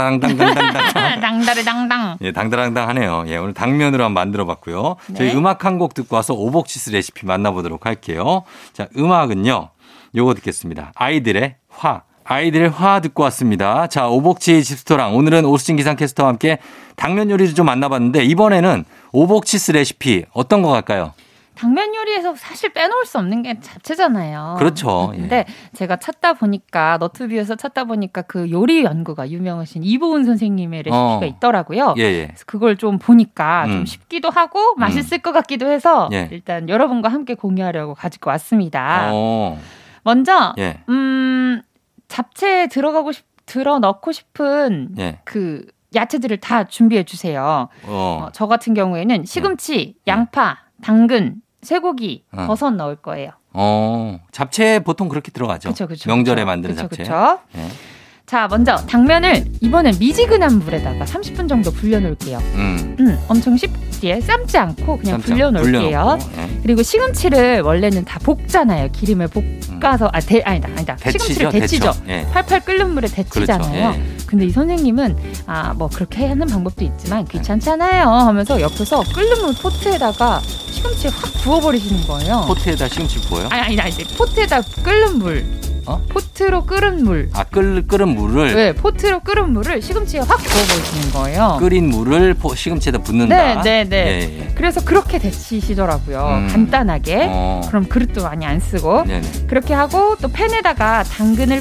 Speaker 1: 당당당다랑당당당당.
Speaker 4: 당다래 당당.
Speaker 1: 예, 당당당하네요. 예, 오늘 당면으로 한번 만들어 봤고요.
Speaker 4: 네.
Speaker 1: 저희 음악 한 곡 듣고 와서 오복치스 레시피 만나보도록 할게요. 자, 음악은요. 요거 듣겠습니다. 아이들의 화. 아이들의 화 듣고 왔습니다. 자, 오복치 집스토랑. 오늘은 오수진 기상캐스터와 함께 당면 요리를 좀 만나봤는데 이번에는 오복치스 레시피 어떤 거 갈까요?
Speaker 4: 당면 요리에서 사실 빼놓을 수 없는 게 잡채잖아요.
Speaker 1: 그렇죠. 예.
Speaker 4: 근데 제가 찾다 보니까 너튜브에서 찾다 보니까 그 요리 연구가 유명하신 이보은 선생님의 레시피가
Speaker 1: 어.
Speaker 4: 있더라고요.
Speaker 1: 예, 예.
Speaker 4: 그래서 그걸 좀 보니까
Speaker 1: 음.
Speaker 4: 좀 쉽기도 하고 맛있을 것 같기도 해서
Speaker 1: 예.
Speaker 4: 일단 여러분과 함께 공유하려고 가지고 왔습니다.
Speaker 1: 어,
Speaker 4: 먼저
Speaker 1: 예,
Speaker 4: 음 잡채에 들어가고 싶 들어 넣고 싶은
Speaker 1: 예.
Speaker 4: 그 야채들을 다 준비해 주세요.
Speaker 1: 어, 예.
Speaker 4: 어, 저 같은 경우에는 시금치, 양파, 당근, 쇠고기,
Speaker 1: 어.
Speaker 4: 버섯 넣을 거예요.
Speaker 1: 어. 잡채 보통 그렇게 들어가죠.
Speaker 4: 그렇죠, 그렇죠.
Speaker 1: 명절에 만드는
Speaker 4: 그쵸,
Speaker 1: 잡채.
Speaker 4: 그쵸?
Speaker 1: 예.
Speaker 4: 자, 먼저 당면을 이번엔 미지근한 물에다가 30분 정도 불려 놓을게요.
Speaker 1: 음.
Speaker 4: 음, 엄청 쉽게 삶지 않고
Speaker 1: 쌈장
Speaker 4: 그냥 불려 놓을게요.
Speaker 1: 불려놓고, 예.
Speaker 4: 그리고 시금치를 원래는 다 볶잖아요. 기름에 볶아서 아, 대, 아니다, 아니다.
Speaker 1: 데치죠,
Speaker 4: 시금치를 데치죠.
Speaker 1: 데쳐. 예.
Speaker 4: 팔팔 끓는 물에
Speaker 1: 그렇죠.
Speaker 4: 데치잖아요.
Speaker 1: 예.
Speaker 4: 근데 이 선생님은 아 뭐 그렇게 하는 방법도 있지만
Speaker 1: 네.
Speaker 4: 귀찮잖아요 하면서 옆에서 끓는 물 포트에다가 시금치 확 부어버리시는 거예요.
Speaker 1: 포트에다 시금치 부어요?
Speaker 4: 아니 아니 아니 포트에다 끓는 물.
Speaker 1: 어?
Speaker 4: 포트로 끓은 물.
Speaker 1: 아, 끓, 끓은 물을
Speaker 4: 네, 포트로 끓은 물을 시금치에 확 부어버리시는 거예요.
Speaker 1: 끓인 물을 포- 시금치에다 붓는다.
Speaker 4: 네, 네, 네.
Speaker 1: 예, 예.
Speaker 4: 그래서 그렇게 데치시더라고요.
Speaker 1: 음.
Speaker 4: 간단하게.
Speaker 1: 어.
Speaker 4: 네? 그럼 그릇도 많이 안 쓰고
Speaker 1: 네, 네.
Speaker 4: 그렇게 하고 또 팬에다가 당근을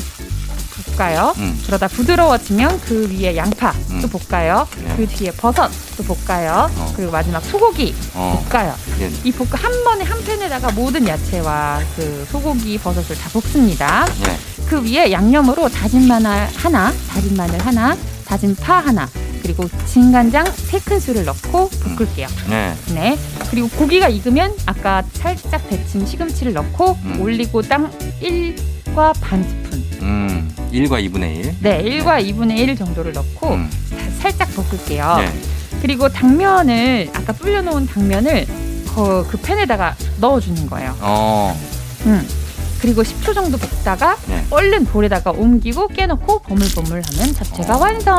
Speaker 4: 볶아요.
Speaker 1: 음.
Speaker 4: 그러다 부드러워지면 그 위에 양파
Speaker 1: 음.
Speaker 4: 또 볶아요.
Speaker 1: 네.
Speaker 4: 그 뒤에 버섯 또 볶아요.
Speaker 1: 어.
Speaker 4: 그리고 마지막 소고기
Speaker 1: 어.
Speaker 4: 볶아요.
Speaker 1: 네, 네.
Speaker 4: 이 볶아 한 번에 한 팬에다가 모든 야채와 그 소고기, 버섯을 다 볶습니다.
Speaker 1: 네.
Speaker 4: 그 위에 양념으로 다진 마늘 하나, 다진 마늘 하나, 다진 파 하나, 그리고 진간장 세 큰술을 넣고 볶을게요.
Speaker 1: 네.
Speaker 4: 네. 그리고 고기가 익으면 아까 살짝 데친 시금치를 넣고
Speaker 1: 음.
Speaker 4: 올리고당 1과 반 스푼.
Speaker 1: 음. 1과 2분의 1.
Speaker 4: 네, 1과 2분의 1 정도를 넣고
Speaker 1: 음.
Speaker 4: 다- 살짝 볶을게요.
Speaker 1: 네.
Speaker 4: 그리고 당면을 아까 불려놓은 당면을 그, 그 팬에다가 넣어주는 거예요.
Speaker 1: 어.
Speaker 4: 음. 그리고 10초 정도 볶다가
Speaker 1: 네.
Speaker 4: 얼른 볼에다가 옮기고 깨놓고 버물버물하면 잡채가
Speaker 1: 어.
Speaker 4: 완성.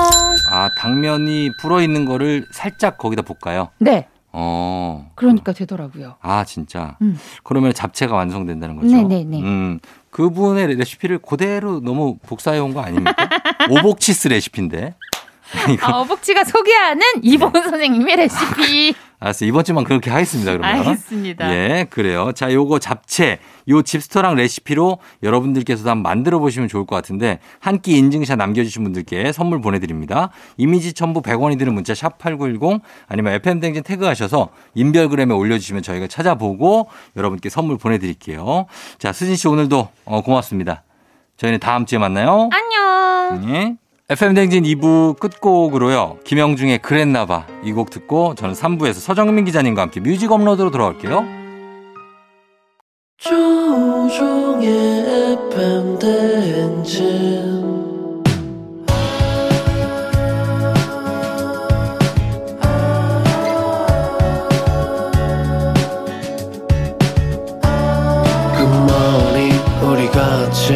Speaker 1: 아, 당면이 불어 있는 거를 살짝 거기다 볶아요.
Speaker 4: 네,
Speaker 1: 어.
Speaker 4: 그러니까 되더라고요.
Speaker 1: 아, 진짜.
Speaker 4: 음.
Speaker 1: 그러면 잡채가 완성된다는 거죠.
Speaker 4: 네, 네, 네.
Speaker 1: 음. 그분의 레시피를 그대로 너무 복사해 온 거
Speaker 4: [LAUGHS]
Speaker 1: 아닙니까? 오복치스 레시피인데. 이거
Speaker 4: 아, 어복치가 소개하는 이본 선생님의 레시피.
Speaker 1: 알았어. 이번 주만 그렇게 하겠습니다. 네. 그러면.
Speaker 4: 알겠습니다.
Speaker 1: 예, 그래요. 자, 요거 잡채, 요 집스토랑 레시피로 여러분들께서도 한번 만들어 보시면 좋을 것 같은데 한 끼 인증샷 남겨주신 분들께 선물 보내드립니다. 이미지 첨부 100원이 드는 문자 샵 #8910 아니면 FM 댕진 태그하셔서 인별그램에 올려주시면 저희가 찾아보고 여러분께 선물 보내드릴게요. 자, 수진 씨 오늘도 어, 고맙습니다. 저희는 다음 주에 만나요.
Speaker 4: 안녕.
Speaker 1: 네. FM 댕진 2부 끝곡으로요. 김영중의 그랬나봐 이 곡 듣고 저는 3부에서 서정민 기자님과 함께 뮤직 업로드로 돌아올게요.
Speaker 5: 조종의 FM 대행진 끝머리 우리 같이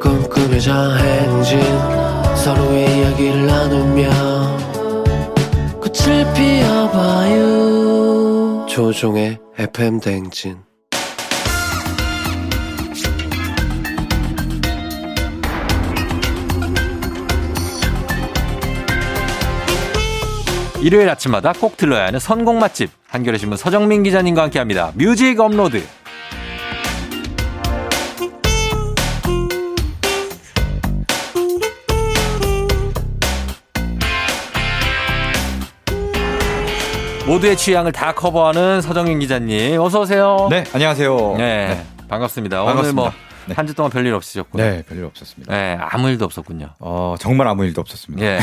Speaker 5: 꿈꾸며자 행진 서로의 이야기를 나누며 꽃을 피워봐요 조종의 FM 대행진
Speaker 1: 일요일 아침마다 꼭 들러야 하는 선곡 맛집 한겨레 신문 서정민 기자님과 함께합니다. 뮤직 업로드. 모두의 취향을 다 커버하는 서정민 기자님 어서 오세요.
Speaker 6: 네, 안녕하세요.
Speaker 1: 네,
Speaker 6: 네,
Speaker 1: 반갑습니다. 오늘
Speaker 6: 반갑습니다.
Speaker 1: 뭐 한
Speaker 6: 네.
Speaker 1: 주 동안 별일 없으셨고요.
Speaker 6: 네, 별일 없었습니다.
Speaker 1: 네, 아무 일도 없었군요.
Speaker 6: 어, 정말 아무 일도 없었습니다.
Speaker 1: 예.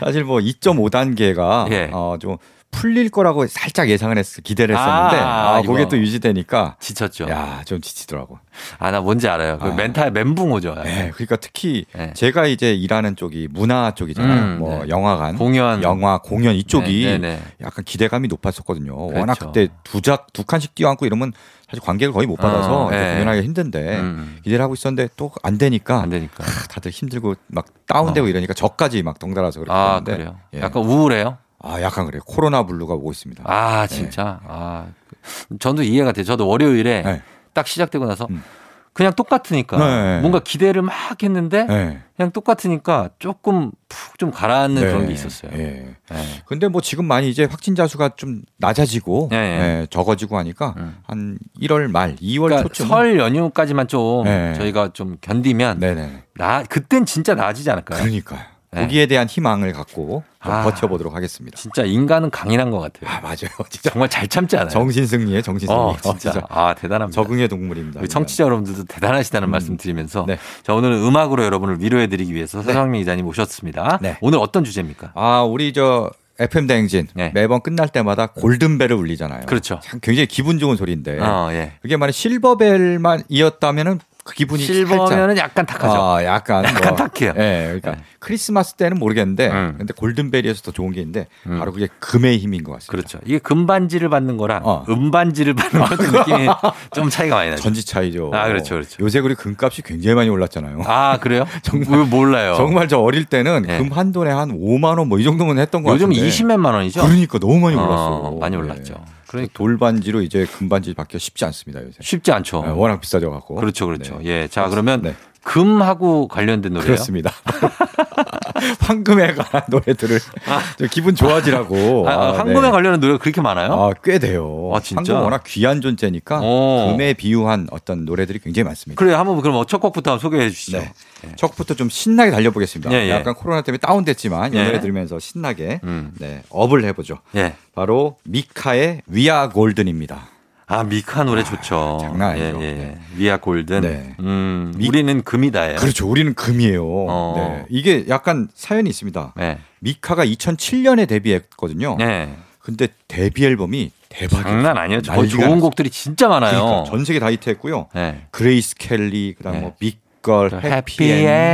Speaker 6: 사실 뭐 2.5단계가
Speaker 1: 예.
Speaker 6: 어, 좀 풀릴 거라고 살짝 예상을 했, 기대를 했었는데,
Speaker 1: 아,
Speaker 6: 아, 그게
Speaker 1: 이거.
Speaker 6: 또 유지되니까,
Speaker 1: 지쳤죠.
Speaker 6: [LAUGHS] 야, 좀 지치더라고.
Speaker 1: 아, 나 뭔지 알아요. 그
Speaker 6: 아.
Speaker 1: 멘탈 멘붕오죠.
Speaker 6: 네, 그러니까 특히
Speaker 1: 네.
Speaker 6: 제가 이제 일하는 쪽이 문화 쪽이잖아요.
Speaker 1: 음,
Speaker 6: 뭐
Speaker 1: 네.
Speaker 6: 영화관,
Speaker 1: 공연.
Speaker 6: 영화, 공연 이쪽이
Speaker 1: 네, 네, 네.
Speaker 6: 약간 기대감이 높았었거든요. 워낙
Speaker 1: 그렇죠.
Speaker 6: 그때 두 작, 두 칸씩 뛰어앉고 이러면 사실 관객을 거의 못 받아서
Speaker 1: 어, 네.
Speaker 6: 공연하기 힘든데
Speaker 1: 음.
Speaker 6: 기대를 하고 있었는데 또 안 되니까
Speaker 1: 안 되니까.
Speaker 6: 아, 다들 힘들고 막 다운되고
Speaker 1: 어.
Speaker 6: 이러니까 저까지 막 덩달아서 그랬는데
Speaker 1: 아, 그래요.
Speaker 6: 예.
Speaker 1: 약간 우울해요?
Speaker 6: 아 약간 그래요 코로나 블루가 오고 있습니다
Speaker 1: 아, 진짜. 아. 저도 이해가 아, 돼요. 저도 월요일에
Speaker 6: 예. 네.
Speaker 1: 딱 시작되고 나서
Speaker 6: 음.
Speaker 1: 그냥 똑같으니까
Speaker 6: 네.
Speaker 1: 뭔가 기대를 막 했는데
Speaker 6: 네.
Speaker 1: 그냥 똑같으니까 조금 푹 좀 가라앉는 그런 게 있었어요. 네.
Speaker 6: 예. 근데 뭐 지금 많이 이제 확진자 수가 좀 낮아지고
Speaker 1: 예, 예.
Speaker 6: 예, 적어지고 하니까
Speaker 1: 음.
Speaker 6: 한 1월 말, 2월
Speaker 1: 그러니까
Speaker 6: 초쯤
Speaker 1: 설 연휴까지만 좀
Speaker 6: 네.
Speaker 1: 저희가 좀 견디면
Speaker 6: 네네.
Speaker 1: 나 그땐 진짜 나아지지 않을까요?
Speaker 6: 그러니까요.
Speaker 1: 네.
Speaker 6: 거기에 대한 희망을 갖고 좀
Speaker 1: 아.
Speaker 6: 버텨보도록 하겠습니다.
Speaker 1: 진짜 인간은 강인한 것 같아요.
Speaker 6: 아 맞아요, [LAUGHS] 진짜
Speaker 1: 정말 잘 참지 않아요.
Speaker 6: 정신 승리에 정신 승리.
Speaker 1: 어, 진짜. 아, 대단합니다.
Speaker 6: 적응의 동물입니다.
Speaker 1: 우리 청취자 여러분들도 대단하시다는 말씀 드리면서
Speaker 6: 네.
Speaker 1: 자 오늘은 음악으로 여러분을 위로해드리기 위해서 서상민 기자님 오셨습니다.
Speaker 6: 네.
Speaker 1: 오늘 어떤 주제입니까?
Speaker 6: 아 우리 저 FM 대행진
Speaker 1: 네.
Speaker 6: 매번 끝날 때마다 골든벨을 울리잖아요.
Speaker 1: 그렇죠.
Speaker 6: 참 굉장히 기분 좋은 소리인데
Speaker 1: 어, 예.
Speaker 6: 그게 만약 실버벨만 이었다면은 그 기분이 살짝
Speaker 1: 실버면은 약간 탁하죠.
Speaker 6: 아, 약간
Speaker 1: 약간
Speaker 6: 뭐,
Speaker 1: 탁해요.
Speaker 6: 예, 그러니까
Speaker 1: 예.
Speaker 6: 크리스마스 때는 모르겠는데,
Speaker 1: 음.
Speaker 6: 근데 골든벨이어서 더 좋은 게 있는데
Speaker 1: 음.
Speaker 6: 바로 그게 금의 힘인 것 같습니다.
Speaker 1: 그렇죠. 이게 금반지를 받는 거랑
Speaker 6: 어.
Speaker 1: 음반지를 받는 거랑
Speaker 6: [LAUGHS]
Speaker 1: 느낌이 좀 차이가 많이 나죠.
Speaker 6: 전지 차이죠.
Speaker 1: 아, 그렇죠, 그렇죠.
Speaker 6: 요새 우리 금값이 굉장히 많이 올랐잖아요.
Speaker 1: 아 그래요?
Speaker 6: [LAUGHS] 정말-
Speaker 1: 왜 몰라요.
Speaker 6: 정말 저 어릴 때는
Speaker 1: 네.
Speaker 6: 금 한 돈에 한 5만 원 뭐 이 정도면 했던 것
Speaker 1: 요즘
Speaker 6: 같은데.
Speaker 1: 20몇만 원이죠.
Speaker 6: 그러니까 너무 많이 네.
Speaker 1: 어,
Speaker 6: 올랐어.
Speaker 1: 많이 올랐죠. 그러니까
Speaker 6: 돌반지로 이제 금반지 받기가 쉽지 않습니다 요새.
Speaker 1: 쉽지 않죠.
Speaker 6: 예, 워낙 비싸져 갖고.
Speaker 1: 그렇죠, 그렇죠.
Speaker 6: 네.
Speaker 1: 예, 자 그러면
Speaker 6: 네.
Speaker 1: 금하고 관련된 노래요.
Speaker 6: 그렇습니다. [LAUGHS] 황금에 관한 노래들을 좀 기분 좋아지라고. 네.
Speaker 1: 아, 아, 황금에 관련된 노래가 그렇게 많아요?
Speaker 6: 아, 꽤 돼요.
Speaker 1: 아, 진짜?
Speaker 6: 황금 워낙 귀한 존재니까
Speaker 1: 어. 그렇죠.
Speaker 6: 금에 비유한 어떤 노래들이 굉장히 많습니다.
Speaker 1: 그래요. 한번 그럼 첫 곡부터 한번 소개해 주시죠.
Speaker 6: 네. 첫부터 좀 신나게 달려보겠습니다.
Speaker 1: 예, 예.
Speaker 6: 약간 코로나 때문에 다운됐지만 이
Speaker 1: 예.
Speaker 6: 노래 들으면서 신나게
Speaker 1: 음.
Speaker 6: 네, 업을 해보죠.
Speaker 1: 예.
Speaker 6: 바로 미카의 위아 골든입니다.
Speaker 1: 아 미카 노래 좋죠.
Speaker 6: 장난 아니죠.
Speaker 1: 예, 예.
Speaker 6: 네.
Speaker 1: 위아 골든.
Speaker 6: 네.
Speaker 1: 음,
Speaker 6: 미-
Speaker 1: 우리는 금이다예요.
Speaker 6: 그렇죠. 우리는 금이에요.
Speaker 1: 어.
Speaker 6: 네. 이게 약간 사연이 있습니다.
Speaker 1: 네.
Speaker 6: 미카가 2007년에 데뷔했거든요.
Speaker 1: 네.
Speaker 6: 근데 데뷔 앨범이 대박이에요.
Speaker 1: 장난 아니에요. 저
Speaker 6: 난리가
Speaker 1: 좋은
Speaker 6: 났어요.
Speaker 1: 곡들이 진짜 많아요.
Speaker 6: 그러니까 전 세계 다 히트했고요.
Speaker 1: 네.
Speaker 6: 그레이스 켈리, 그다음
Speaker 1: 네.
Speaker 6: 뭐 빅걸,
Speaker 1: 해피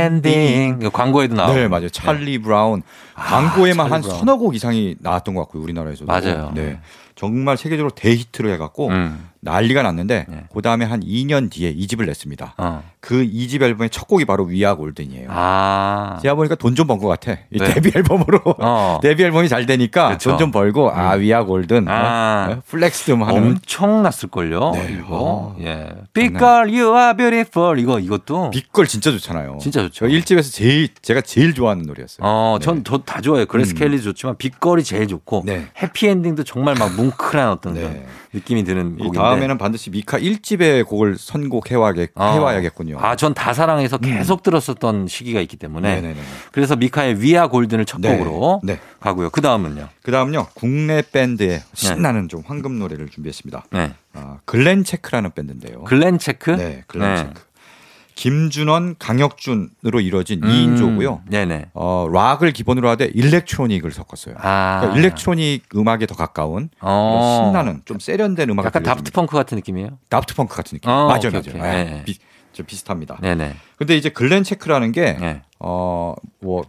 Speaker 1: 엔딩. 이거 광고에도 나오고.
Speaker 6: 네, 맞아요. 찰리 브라운. 광고에만
Speaker 1: 찰리
Speaker 6: 한
Speaker 1: 브라운.
Speaker 6: 서너 곡 이상이 나왔던 것 같고요. 우리나라에서도.
Speaker 1: 맞아요.
Speaker 6: 네. 정말 세계적으로 대히트를 해갖고
Speaker 1: 음.
Speaker 6: 난리가 났는데
Speaker 1: 네.
Speaker 6: 그 다음에 한 2년 뒤에 이집을 냈습니다.
Speaker 1: 어.
Speaker 6: 그 이 집 앨범의 첫 곡이 바로 위아 골든이에요.
Speaker 1: 아.
Speaker 6: 제가 보니까 돈 좀 번 것 같아. 이
Speaker 1: 네.
Speaker 6: 데뷔 앨범으로.
Speaker 1: [LAUGHS] 어.
Speaker 6: [LAUGHS] 데뷔 앨범이 잘 되니까
Speaker 1: 그쵸. 음.
Speaker 6: 돈 좀 벌고 아 위아 골든
Speaker 1: 아.
Speaker 6: 어? 플렉스 좀 하는
Speaker 1: 엄청났을걸요.
Speaker 6: 네.
Speaker 1: 이거. 예.
Speaker 6: 장난.
Speaker 1: Because you are beautiful. 이거, 이것도.
Speaker 6: 빅걸 진짜 좋잖아요.
Speaker 1: 진짜
Speaker 6: 저
Speaker 1: 좋죠.
Speaker 6: 1집에서 제일 제가 제일 좋아하는 노래였어요.
Speaker 1: 어,
Speaker 6: 네.
Speaker 1: 전 다 좋아해요. 그래스
Speaker 6: 음.
Speaker 1: 켈리도 좋지만 빅걸이 제일 좋고
Speaker 6: 네.
Speaker 1: 해피엔딩도 정말 막 뭉클한 어떤
Speaker 6: 네.
Speaker 1: 그런 느낌이 드는
Speaker 6: 이
Speaker 1: 곡인데.
Speaker 6: 다음에는 반드시 미카 1집의 곡을 선곡해와야겠,
Speaker 1: 어.
Speaker 6: 해와야겠군요. 음.
Speaker 1: 아, 전 다 사랑해서 계속 들었었던 시기가 있기 때문에
Speaker 6: 네네네.
Speaker 1: 그래서 미카의 위아 골든을 첫
Speaker 6: 네.
Speaker 1: 곡으로
Speaker 6: 네.
Speaker 1: 가고요. 그 다음은요.
Speaker 6: 그 다음요, 국내 밴드의 신나는 좀 황금 노래를 준비했습니다.
Speaker 1: 네.
Speaker 6: 아, 글렌 체크라는 밴드인데요.
Speaker 1: 글렌 체크.
Speaker 6: 어? 네, 글렌 체크. 김준원, 강혁준으로 이루어진
Speaker 1: 음,
Speaker 6: 2인조고요.
Speaker 1: 네네.
Speaker 6: 어, 락을 기본으로 하되 일렉트로닉을 섞었어요.
Speaker 1: 아.
Speaker 6: 그러니까 일렉트로닉 음악에 더 가까운 그런
Speaker 1: 어.
Speaker 6: 신나는 좀 세련된 음악을
Speaker 1: 약간
Speaker 6: 들려줍니다.
Speaker 1: 다프트펑크 같은 느낌이에요.
Speaker 6: 다프트펑크 같은 느낌.
Speaker 1: 어,
Speaker 6: 맞아요,
Speaker 1: 오케이,
Speaker 6: 맞아요.
Speaker 1: 오케이.
Speaker 6: 예,
Speaker 1: 네.
Speaker 6: 비, 좀 비슷합니다.
Speaker 1: 네네.
Speaker 6: 근데 이제 글렌 체크라는 게
Speaker 1: 네.
Speaker 6: 어, 뭐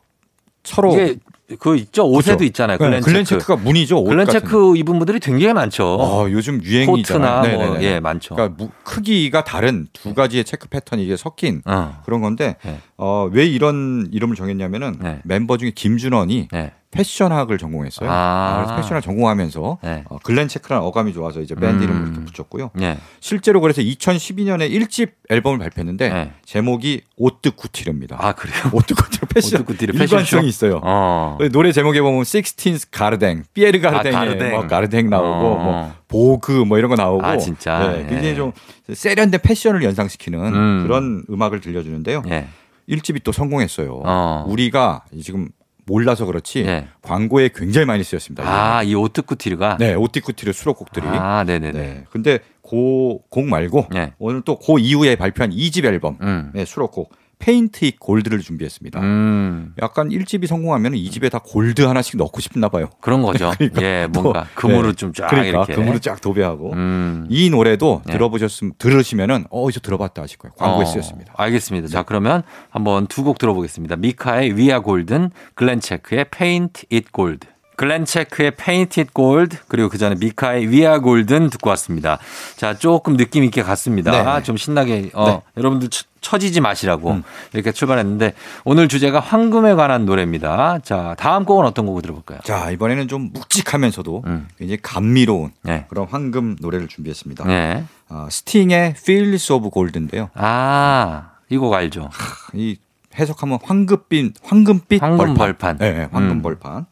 Speaker 6: 서로
Speaker 1: 이게 그 있죠. 옷에도
Speaker 6: 그렇죠.
Speaker 1: 있잖아요.
Speaker 6: 네,
Speaker 1: 글렌, 체크.
Speaker 6: 가 문이죠. 옷
Speaker 1: 글렌
Speaker 6: 같은 거.
Speaker 1: 체크 입은 분들이 굉장히 많죠.
Speaker 6: 어, 요즘
Speaker 1: 코트나
Speaker 6: 유행이잖아요.
Speaker 1: 뭐
Speaker 6: 네네네.
Speaker 1: 예 많죠.
Speaker 6: 그러니까 무- 크기가 다른 두 가지의 체크 패턴이 이게 섞인
Speaker 1: 어.
Speaker 6: 그런 건데
Speaker 1: 네.
Speaker 6: 어, 왜 이런 이름을 정했냐면은
Speaker 1: 네.
Speaker 6: 멤버 중에 김준원이
Speaker 1: 네.
Speaker 6: 패션학을 전공했어요.
Speaker 1: 아.
Speaker 6: 그래서 패션을 전공하면서
Speaker 1: 네.
Speaker 6: 어, 글렌 체크라는 어감이 좋아서 이제
Speaker 1: 음.
Speaker 6: 밴드 이름을 이렇게 붙였고요.
Speaker 1: 예.
Speaker 6: 실제로 그래서 2012년에 1집 앨범을 발표했는데
Speaker 1: 네.
Speaker 6: 제목이 오뜨 구티르입니다.
Speaker 1: 아 그래요.
Speaker 6: 오뜨쿠티르 패션
Speaker 1: 오뜨쿠티르 패션쇼?
Speaker 6: 일관성이
Speaker 1: [LAUGHS]
Speaker 6: 있어요. 그
Speaker 1: 어.
Speaker 6: 노래 제목에 보면 식스틴스 가르댕, 피에르 가르댕의
Speaker 1: 가르댕.
Speaker 6: 뭐 가르댕 나오고
Speaker 1: 아, 어.
Speaker 6: 뭐 보그 뭐 이런 거 나오고
Speaker 1: 아, 진짜?
Speaker 6: 네,
Speaker 1: 예.
Speaker 6: 굉장히 좀 세련된 패션을 연상시키는
Speaker 1: 음.
Speaker 6: 그런 음악을 들려주는데요.
Speaker 1: 예.
Speaker 6: 일집이또 성공했어요.
Speaker 1: 어.
Speaker 6: 우리가 지금 몰라서 그렇지
Speaker 1: 예.
Speaker 6: 광고에 굉장히 많이 쓰였습니다.
Speaker 1: 아, 이 오트쿠티르가.
Speaker 6: 네, 오티쿠티르 수록곡들이.
Speaker 1: 아, 네네네.
Speaker 6: 네. 근데 고곡 말고
Speaker 1: 예.
Speaker 6: 오늘 또 고 이후에 발표한 2집 앨범
Speaker 1: 음.
Speaker 6: 네, 수록곡 페인트 잇 골드를 준비했습니다.
Speaker 1: 음.
Speaker 6: 약간 1집이 성공하면 2집에 다 골드 하나씩 넣고 싶나 봐요.
Speaker 1: 그런 거죠.
Speaker 6: [LAUGHS] 그러니까
Speaker 1: 예,
Speaker 6: 또,
Speaker 1: 뭔가 [LAUGHS] 금으로
Speaker 6: 네.
Speaker 1: 좀 쫙
Speaker 6: 그러니까
Speaker 1: 이렇게.
Speaker 6: 금으로 쫙 도배하고
Speaker 1: 음.
Speaker 6: 이 노래도
Speaker 1: 네.
Speaker 6: 들어보셨음 들으시면은 어 이제 들어봤다 하실 거예요. 광고에
Speaker 1: 어,
Speaker 6: 쓰였습니다. 네.
Speaker 1: 알겠습니다. 자, 그러면 한번 두 곡 들어보겠습니다. 미카의 위아 골든, 글렌 체크의 페인트 잇 골드. 글렌체크의 페인티드 골드 그리고 그 전에 미카의 위아 골든 듣고 왔습니다. 자 조금 느낌 있게 갔습니다.
Speaker 6: 네.
Speaker 1: 아, 좀 신나게 어,
Speaker 6: 네.
Speaker 1: 여러분들 처, 처지지 마시라고
Speaker 6: 음.
Speaker 1: 이렇게 출발했는데 오늘 주제가 황금에 관한 노래입니다. 자 다음 곡은 어떤 곡을 들어볼까요?
Speaker 6: 자 이번에는 좀 묵직하면서도
Speaker 1: 음.
Speaker 6: 굉장히 감미로운
Speaker 1: 네.
Speaker 6: 그런 황금 노래를 준비했습니다.
Speaker 1: 네.
Speaker 6: 아, 스팅의 Fearless of Gold인데요.
Speaker 1: 아, 이 곡 알죠?
Speaker 6: 이 해석하면 황금빛 황금빛
Speaker 1: 황금
Speaker 6: 벌판.
Speaker 1: 벌판.
Speaker 6: 네, 네, 황금
Speaker 1: 음.
Speaker 6: 벌판.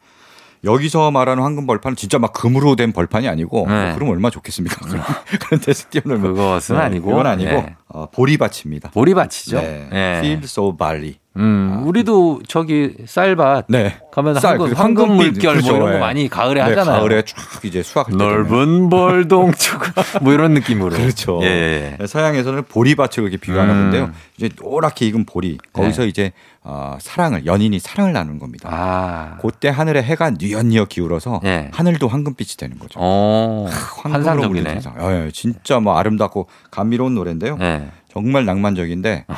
Speaker 6: 여기서 말하는 황금 벌판은 진짜 막 금으로 된 벌판이 아니고
Speaker 1: 네.
Speaker 6: 그럼 얼마 나 좋겠습니까? 그런, [LAUGHS] 그런 데서 뛰어놀면
Speaker 1: 그것은 아니고.
Speaker 6: 그건 아니고
Speaker 1: 네.
Speaker 6: 어, 보리밭입니다.
Speaker 1: 보리밭이죠?
Speaker 6: 네.
Speaker 1: 예.
Speaker 6: Fields of Barley.
Speaker 1: 음, 우리도 저기 쌀밭
Speaker 6: 네.
Speaker 1: 가면
Speaker 6: 쌀,
Speaker 1: 황금,
Speaker 6: 그리고
Speaker 1: 황금
Speaker 6: 황금빛,
Speaker 1: 물결
Speaker 6: 그렇죠,
Speaker 1: 뭐 이런 거
Speaker 6: 예.
Speaker 1: 많이 가을에
Speaker 6: 네,
Speaker 1: 하잖아요.
Speaker 6: 가을에 쭉 이제 수확할 때 되면.
Speaker 1: [LAUGHS] 넓은 벌동축 뭐 이런 느낌으로.
Speaker 6: 그렇죠.
Speaker 1: 예.
Speaker 6: 네, 서양에서는 보리밭을 그렇게 비유하는
Speaker 1: 음. 네.
Speaker 6: 건데요. 이제 노랗게 익은 보리 거기서 이제 어, 사랑을 연인이 사랑을 나누는 겁니다.
Speaker 1: 아.
Speaker 6: 그때 하늘에 해가 뉘엿뉘엿 기울어서
Speaker 1: 예.
Speaker 6: 하늘도 황금빛이 되는 거죠. 네,
Speaker 1: 어.
Speaker 6: 황금으로 물든
Speaker 1: 환상적이네.
Speaker 6: 세상. 예, 진짜 뭐 아름답고 감미로운 노래인데요.
Speaker 1: 예.
Speaker 6: 정말 낭만적인데
Speaker 1: 어.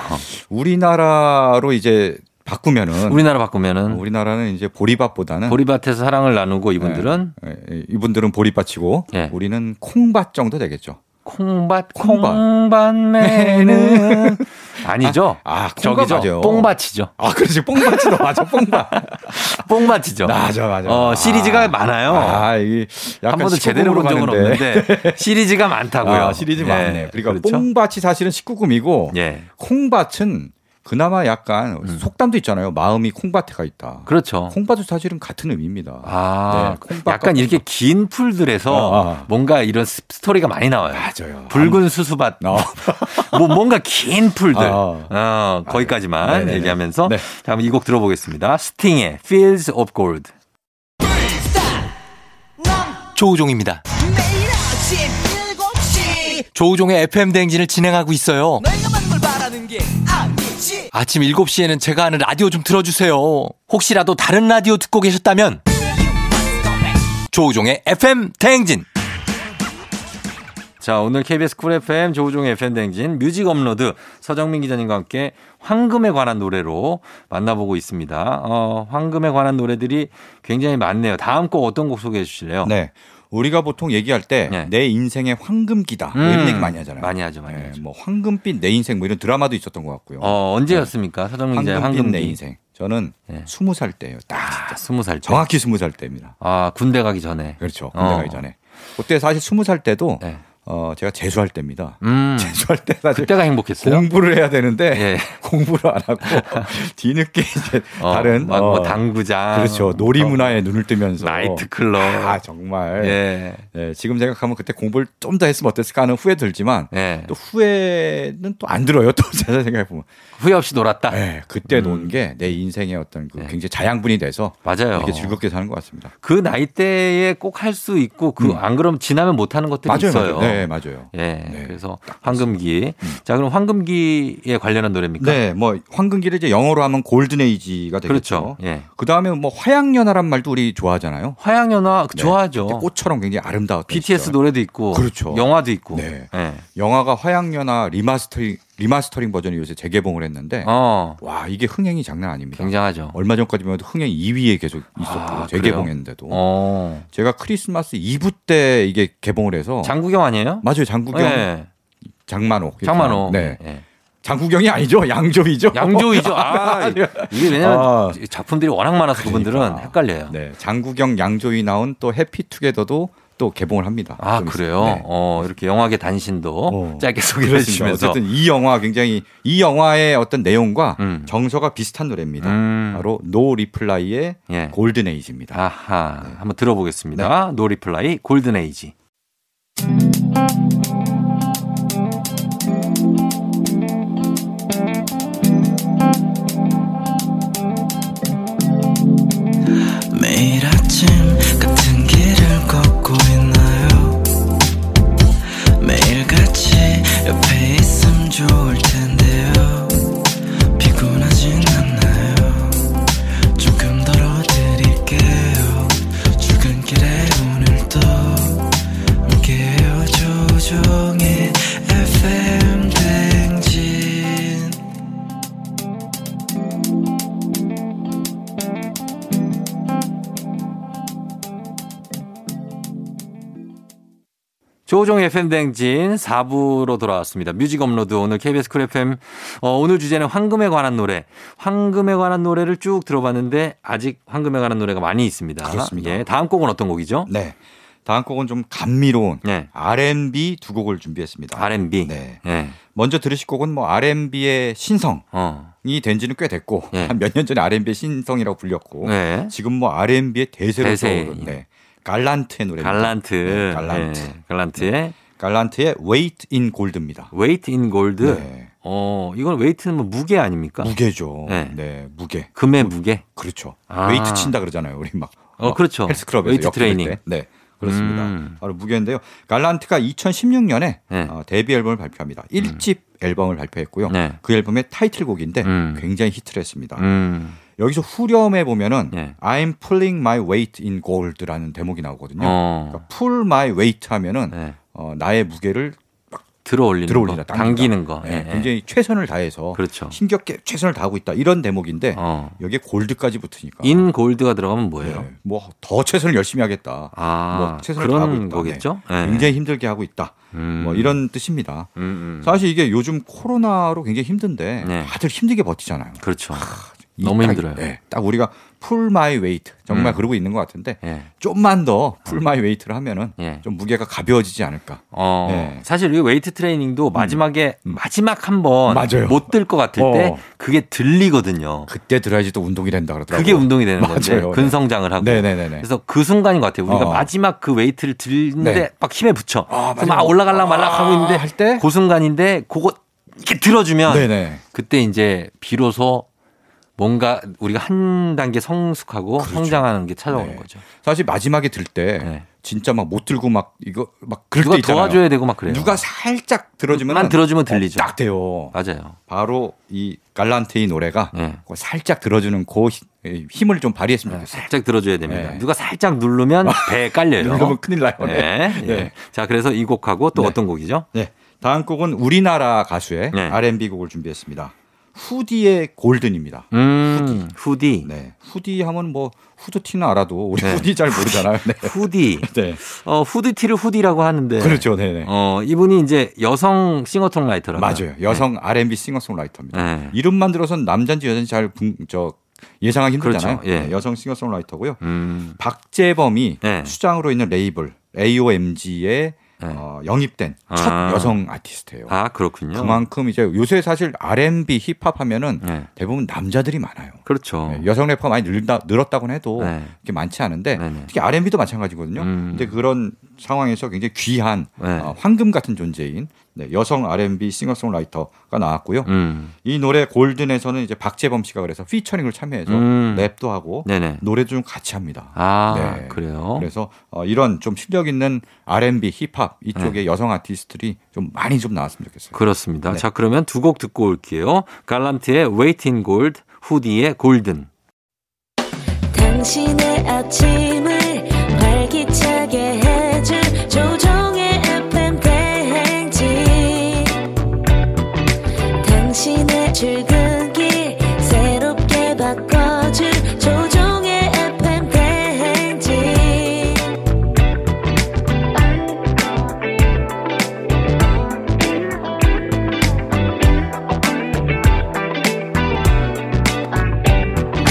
Speaker 6: 우리나라로 이제 바꾸면은
Speaker 1: 우리나라 바꾸면은
Speaker 6: 우리... 나라는 이제 보리밭보다는
Speaker 1: 보리밭에서 사랑을 나누고 이분들은
Speaker 6: 예, 예, 이분들은 보리밭이고
Speaker 1: 예.
Speaker 6: 우리는 콩밭 정도 되겠죠.
Speaker 1: 콩밭
Speaker 6: 콩밭. [LAUGHS]
Speaker 1: 콩밭매는 아니죠?
Speaker 6: 아, 콩밭
Speaker 1: 저기죠.
Speaker 6: 맞아요.
Speaker 1: 뽕밭이죠.
Speaker 6: 아, 그렇지. 뽕밭이다. 맞아. 뽕밭.
Speaker 1: 뽕밭이죠.
Speaker 6: 맞아, 맞아.
Speaker 1: 어, 시리즈가
Speaker 6: 아.
Speaker 1: 많아요.
Speaker 6: 아, 이게
Speaker 1: 한
Speaker 6: 약간
Speaker 1: 번도 제대로
Speaker 6: 19금으로
Speaker 1: 본 적은
Speaker 6: 가는데.
Speaker 1: 없는데 시리즈가 많다고요.
Speaker 6: 아, 시리즈
Speaker 1: 예,
Speaker 6: 많네. 그러니까
Speaker 1: 그렇죠?
Speaker 6: 뽕밭이 사실은 19금이고
Speaker 1: 예. 음.
Speaker 6: 콩밭은 그나마 약간 속담도 있잖아요. 마음이 콩밭에 가 있다.
Speaker 1: 그렇죠.
Speaker 6: 콩밭도 사실은 같은 의미입니다.
Speaker 1: 아,
Speaker 6: 네, 콩밭
Speaker 1: 약간 이렇게 긴 풀들에서
Speaker 6: 아, 아.
Speaker 1: 뭔가 이런 스- 스토리가 많이 나와요.
Speaker 6: 맞아요.
Speaker 1: 붉은 수수밭,
Speaker 6: 어.
Speaker 1: [LAUGHS] 뭐 뭔가 긴 풀들.
Speaker 6: 아.
Speaker 1: 어, 거기까지만
Speaker 6: 아, 네네네.
Speaker 1: 얘기하면서
Speaker 6: 네.
Speaker 1: 자, 한번 이 곡 들어보겠습니다. 스팅의 Fields of Gold.
Speaker 7: 조우종입니다.
Speaker 8: 매일 아침 7시
Speaker 7: 조우종의 FM 대행진을 진행하고 있어요.
Speaker 8: 내가 만물 바라는 게 아니지
Speaker 7: 아침 7시에는 제가 하는 라디오 좀 틀어주세요. 혹시라도 다른 라디오 듣고 계셨다면 조우종의 FM 대행진.
Speaker 1: 자, 오늘 KBS 쿨 FM 조우종의 FM 댕진 뮤직 업로드 서정민 기자님과 함께 황금에 관한 노래로 만나보고 있습니다. 어, 황금에 관한 노래들이 굉장히 많네요. 다음 곡 어떤 곡 소개해 주실래요?
Speaker 6: 네. 우리가 보통 얘기할 때 내
Speaker 1: 네.
Speaker 6: 인생의 황금기다.
Speaker 1: 음.
Speaker 6: 뭐 이런 얘기 많이 하잖아요.
Speaker 1: 많이 하죠, 많이 하죠.
Speaker 6: 뭐 황금빛 내 인생 뭐 이런 드라마도 있었던 것 같고요.
Speaker 1: 어, 언제였습니까? 서정민
Speaker 6: 네. 황금빛
Speaker 1: 기자의 황금
Speaker 6: 내 인생. 저는
Speaker 1: 네.
Speaker 6: 스무 살 때예요. 딱 진짜.
Speaker 1: 스무 살 때.
Speaker 6: 정확히 스무 살 때입니다.
Speaker 1: 아, 군대 가기 전에.
Speaker 6: 그렇죠. 군대
Speaker 1: 어.
Speaker 6: 가기 전에. 그때 사실 스무 살 때도
Speaker 1: 네.
Speaker 6: 어, 제가 재수할 때입니다.
Speaker 1: 음.
Speaker 6: 재수할 때 사실
Speaker 1: 그때가 행복했어요.
Speaker 6: 공부를 해야 되는데
Speaker 1: 예.
Speaker 6: [LAUGHS] 공부를 안
Speaker 1: [LAUGHS]
Speaker 6: 하고 뒤늦게 이제
Speaker 1: 어,
Speaker 6: 다른
Speaker 1: 막뭐
Speaker 6: 어,
Speaker 1: 당구장. 뭐
Speaker 6: 그렇죠 놀이 문화에 눈을 뜨면서
Speaker 1: 나이트클럽.
Speaker 6: 아 정말
Speaker 1: 예.
Speaker 6: 예, 지금 생각하면 그때 공부를 좀 더 했으면 어땠을까 하는 후회 들지만
Speaker 1: 예.
Speaker 6: 또 후회는 또 안 들어요 또 [LAUGHS] 제가 생각해 보면
Speaker 1: 후회 없이 놀았다.
Speaker 6: 예, 그때 논 게 내 인생의 어떤 그
Speaker 1: 아. 음. 네.
Speaker 6: 굉장히 자양분이 돼서
Speaker 1: 맞아요.
Speaker 6: 이렇게 즐겁게 사는 것 같습니다
Speaker 1: 그 나이대에 꼭 할 수 있고 그
Speaker 6: 음.
Speaker 1: 안 그럼 지나면 못 하는 것들이
Speaker 6: 맞아요
Speaker 1: 있어요.
Speaker 6: 맞아요 네 맞아요
Speaker 1: 예.
Speaker 6: 네. 음.
Speaker 1: 그래서 황금기. 자, 그럼 황금기에 관련한 노래입니까?
Speaker 6: 네 뭐 황금기를 이제 영어로 하면 골든에이지가
Speaker 1: 그렇죠.
Speaker 6: 되겠죠
Speaker 1: 예.
Speaker 6: 그 다음에 뭐 화양연화란 말도 우리 좋아하잖아요
Speaker 1: 화양연화 그
Speaker 6: 네.
Speaker 1: 좋아하죠.
Speaker 6: 그때 꽃처럼 굉장히 아름다웠던
Speaker 1: BTS
Speaker 6: 시절.
Speaker 1: 노래도 있고
Speaker 6: 그렇죠.
Speaker 1: 영화도 있고.
Speaker 6: 네.
Speaker 1: 예.
Speaker 6: 영화가 화양연화 리마스터링 리마스터링 버전이 요새 재개봉을 했는데
Speaker 1: 어.
Speaker 6: 와 이게 흥행이 장난 아닙니다.
Speaker 1: 굉장하죠.
Speaker 6: 얼마 전까지만 해도 흥행 2위에 계속 있었고
Speaker 1: 아,
Speaker 6: 재개봉했는데도
Speaker 1: 어.
Speaker 6: 제가 크리스마스 2부 때 이게 개봉을 해서
Speaker 1: 장국영 아니에요?
Speaker 6: 맞아요 어. 장국영
Speaker 1: 예.
Speaker 6: 장만옥
Speaker 1: 장만호.
Speaker 6: 네
Speaker 1: 예.
Speaker 6: 장국영이 아니죠 양조이죠
Speaker 1: 양조이죠. 아,
Speaker 6: [LAUGHS] 아니요.
Speaker 1: 이게 왜냐면
Speaker 6: 아.
Speaker 1: 작품들이 워낙 많아서 그분들은
Speaker 6: 그러니까.
Speaker 1: 헷갈려요.
Speaker 6: 네 장국영 양조이 나온 또 해피투게더도 또 개봉을 합니다.
Speaker 1: 아
Speaker 6: 좀 있-
Speaker 1: 그래요?
Speaker 6: 네.
Speaker 1: 어 이렇게 영화계 단신도
Speaker 6: 어.
Speaker 1: 짧게 소개해
Speaker 6: 그렇습니다.
Speaker 1: 주시면서
Speaker 6: 어쨌든 이 영화 굉장히 이 영화의 어떤 내용과
Speaker 1: 음.
Speaker 6: 정서가 비슷한 노래입니다.
Speaker 1: 음.
Speaker 6: 바로 노 리플라이의
Speaker 1: 예.
Speaker 6: 골든 에이지입니다.
Speaker 1: 아하
Speaker 6: 네.
Speaker 1: 한번 들어보겠습니다. 노리플라이 골든에이지.
Speaker 8: 매일 아침 같은 길을 걷고 있나요 매일 같이 옆에 있음 좋을 텐데요 피곤하진 않나요 조금 덜어드릴게요 출근길에 오늘도
Speaker 1: 조종 FM 댕진 4부로 돌아왔습니다. 뮤직 업로드 오늘 KBS 쿨 FM 어, 오늘 주제는 황금에 관한 노래. 황금에 관한 노래를 쭉 들어봤는데 아직 황금에 관한 노래가 많이 있습니다.
Speaker 6: 그렇습니다.
Speaker 1: 예, 다음 곡은 어떤 곡이죠?
Speaker 6: 네. 다음 곡은 좀 감미로운
Speaker 1: 네.
Speaker 6: R&B 두 곡을 준비했습니다.
Speaker 1: R&B.
Speaker 6: 네.
Speaker 1: 예.
Speaker 6: 먼저 들으실 곡은 뭐 R&B의 신성이
Speaker 1: 어.
Speaker 6: 된 지는 꽤 됐고
Speaker 1: 네.
Speaker 6: 한 몇 년 전에 R&B의 신성이라고 불렸고
Speaker 1: 네.
Speaker 6: 지금 뭐 R&B의 대세로
Speaker 1: 대세. 예.
Speaker 6: 떠오른 네. 갈란트의 노래입니다.
Speaker 1: 갈란트.
Speaker 6: 네, 갈란트. 네.
Speaker 1: 예, 갈란트의
Speaker 6: 갈란트의 Wait in Gold입니다.
Speaker 1: 웨이트 인 골드.
Speaker 6: 네.
Speaker 1: 어, 이건 웨이트는 뭐 무게 아닙니까?
Speaker 6: 무게죠.
Speaker 1: 네.
Speaker 6: 네. 무게.
Speaker 1: 금의 무게.
Speaker 6: 그렇죠.
Speaker 1: 아.
Speaker 6: 웨이트 친다 그러잖아요. 우리 막.
Speaker 1: 어,
Speaker 6: 막
Speaker 1: 그렇죠.
Speaker 6: 헬스클럽에서
Speaker 1: 웨이트
Speaker 6: 역 들을
Speaker 1: 트레이닝.
Speaker 6: 때. 네. 그렇습니다.
Speaker 1: 음.
Speaker 6: 바로 무게인데요. 갈란트가 2016년에 어,
Speaker 1: 네. 음.
Speaker 6: 데뷔 앨범을 발표합니다. 1집 앨범을 발표했고요.
Speaker 1: 네.
Speaker 6: 그 앨범의 타이틀곡인데
Speaker 1: 음.
Speaker 6: 굉장히 히트를 했습니다.
Speaker 1: 음.
Speaker 6: 여기서 후렴에 보면은
Speaker 1: 네.
Speaker 6: I'm pulling my weight in gold라는 대목이 나오거든요.
Speaker 1: 어.
Speaker 6: 그러니까 pull my weight 하면은
Speaker 1: 네.
Speaker 6: 어, 나의 무게를
Speaker 1: 예. 들어 올리는
Speaker 6: 들어 올리다
Speaker 1: 거. 당기는 거.
Speaker 6: 네,
Speaker 1: 예, 예.
Speaker 6: 굉장히 최선을 다해서
Speaker 1: 그렇죠.
Speaker 6: 힘겹게 최선을 다하고 있다 이런 대목인데
Speaker 1: 어.
Speaker 6: 여기에 골드까지 붙으니까
Speaker 1: 인 골드가 들어가면 뭐예요?
Speaker 6: 뭐 더 최선을 열심히 하겠다.
Speaker 1: 아,
Speaker 6: 뭐 최선을 다하고
Speaker 1: 그런
Speaker 6: 있다.
Speaker 1: 거겠죠?
Speaker 6: 네.
Speaker 1: 예.
Speaker 6: 굉장히 힘들게 하고 있다.
Speaker 1: 음.
Speaker 6: 뭐 이런 뜻입니다.
Speaker 1: 음, 음.
Speaker 6: 사실 이게 요즘 코로나로 굉장히 힘든데
Speaker 1: 네.
Speaker 6: 다들 힘들게 버티잖아요.
Speaker 1: 그렇죠.
Speaker 6: 이
Speaker 1: 너무
Speaker 6: 딱,
Speaker 1: 힘들어요. 음.
Speaker 6: 네, 딱 우리가 풀 마이 웨이트 정말 그러고 있는 것 같은데
Speaker 1: 예.
Speaker 6: 좀만 더 풀 마이 웨이트를 하면은
Speaker 1: 예.
Speaker 6: 좀 무게가 가벼워지지 않을까.
Speaker 1: 어,
Speaker 6: 네.
Speaker 1: 사실 이 웨이트 트레이닝도 마지막에 마지막 한 번
Speaker 6: 음. 맞아요.
Speaker 1: 못 들 것 같을 때
Speaker 6: 어.
Speaker 1: 그게 들리거든요.
Speaker 6: 그때 들어야지 또 운동이 된다 그러더라고요.
Speaker 1: 그게 운동이 되는
Speaker 6: [LAUGHS] 맞아요.
Speaker 1: 건데
Speaker 6: 네.
Speaker 1: 근성장을 하고
Speaker 6: 네네네네.
Speaker 1: 그래서 그 순간인 것 같아요. 우리가
Speaker 6: 어.
Speaker 1: 마지막 그 웨이트를 들는데
Speaker 6: 네.
Speaker 1: 막 힘에 붙여
Speaker 6: 아,
Speaker 1: 그래서
Speaker 6: 마지막.
Speaker 1: 막 올라갈라 말라 하고 있는데
Speaker 6: 할 때?
Speaker 1: 그 순간인데 그거 이렇게 들어주면
Speaker 6: 네네.
Speaker 1: 그때 이제 비로소 뭔가 우리가 한 단계 성숙하고 성장하는 게 찾아오는
Speaker 6: 그렇죠. 네.
Speaker 1: 거죠.
Speaker 6: 사실 마지막에 들 때
Speaker 1: 네.
Speaker 6: 진짜 막 못 들고 막 이거 막 그럴
Speaker 1: 누가
Speaker 6: 때 있잖아요.
Speaker 1: 도와줘야 되고 막 그래요.
Speaker 6: 누가 살짝 들어주면
Speaker 1: 만 들어주면 들리죠.
Speaker 6: 딱 돼요.
Speaker 1: 맞아요.
Speaker 6: 바로 이 갈란테이 노래가
Speaker 1: 네.
Speaker 6: 그거 살짝 들어주는 그 히- 힘을 좀 발휘했으면
Speaker 1: 네,
Speaker 6: 좋겠어요.
Speaker 1: 살짝 들어줘야 됩니다.
Speaker 6: 네.
Speaker 1: 누가 살짝 누르면 배에 깔려요.
Speaker 6: 그러면 큰일 나요.
Speaker 1: 네.
Speaker 6: 네.
Speaker 1: 예.
Speaker 6: 네.
Speaker 1: 자, 그래서 이 곡하고 또
Speaker 6: 네.
Speaker 1: 어떤 곡이죠?
Speaker 6: 네. 다음 곡은 우리나라 가수의
Speaker 1: 네.
Speaker 6: R&B 곡을 준비했습니다. 후디의 골든입니다.
Speaker 1: 음, 후디.
Speaker 6: 네. 후디 하면 뭐 후드티는 알아도 우리 후디 잘 모르잖아요.
Speaker 1: [LAUGHS]
Speaker 6: 네.
Speaker 1: 후디.
Speaker 6: 네.
Speaker 1: 어, 후드티를 후디라고 하는데.
Speaker 6: 그렇죠. 네, 네.
Speaker 1: 어, 이분이 이제 여성 싱어송라이터라고.
Speaker 6: 맞아요. 여성 R&B 싱어송라이터입니다.
Speaker 1: 네. 이름만.
Speaker 6: 이름만 들어선 남잔지 여잔지 잘 분- 저 예상하기 힘들잖아요.
Speaker 1: 그렇죠. 예.
Speaker 6: 네, 여성 싱어송라이터고요.
Speaker 1: 음.
Speaker 6: 박재범이
Speaker 1: 네.
Speaker 6: 수장으로 있는 레이블 AOMG에
Speaker 1: 네.
Speaker 6: 어, 영입된 첫
Speaker 1: 아.
Speaker 6: 여성 아티스트예요.
Speaker 1: 아, 그렇군요.
Speaker 6: 그만큼 이제 요새 사실 R&B 힙합 하면은
Speaker 1: 네.
Speaker 6: 대부분 남자들이 많아요.
Speaker 1: 그렇죠.
Speaker 6: 네, 여성 래퍼가 많이 늘다, 늘었다고는 해도
Speaker 1: 네.
Speaker 6: 그렇게 많지 않은데
Speaker 1: 네네.
Speaker 6: 특히 R&B도 마찬가지거든요.
Speaker 1: 음.
Speaker 6: 근데 그런 상황에서 굉장히 귀한
Speaker 1: 네.
Speaker 6: 어, 황금 같은 존재인 네, 여성 R&B 싱어송라이터가 나왔고요.
Speaker 1: 음.
Speaker 6: 이 노래 골든에서는 이제 박재범 씨가 그래서 피처링을 참여해서
Speaker 1: 음.
Speaker 6: 랩도 하고
Speaker 1: 네네.
Speaker 6: 노래도 좀 같이 합니다.
Speaker 1: 아,
Speaker 6: 네.
Speaker 1: 그래요.
Speaker 6: 그래서 어, 이런 좀 실력 있는 R&B 힙합 이쪽의 여성 아티스트들이 좀 많이 좀 나왔으면 좋겠어요.
Speaker 1: 네. 그렇습니다.
Speaker 6: 네.
Speaker 1: 자, 그러면 두 곡 듣고 올게요. 갈란트의 웨이트 인 골드, 후디의 골든.
Speaker 9: 당신의 아침을 활기차게 해줄 조종의 FM 대행진 당신의 출근길 새롭게 바꿔줄 조종의 FM 대행진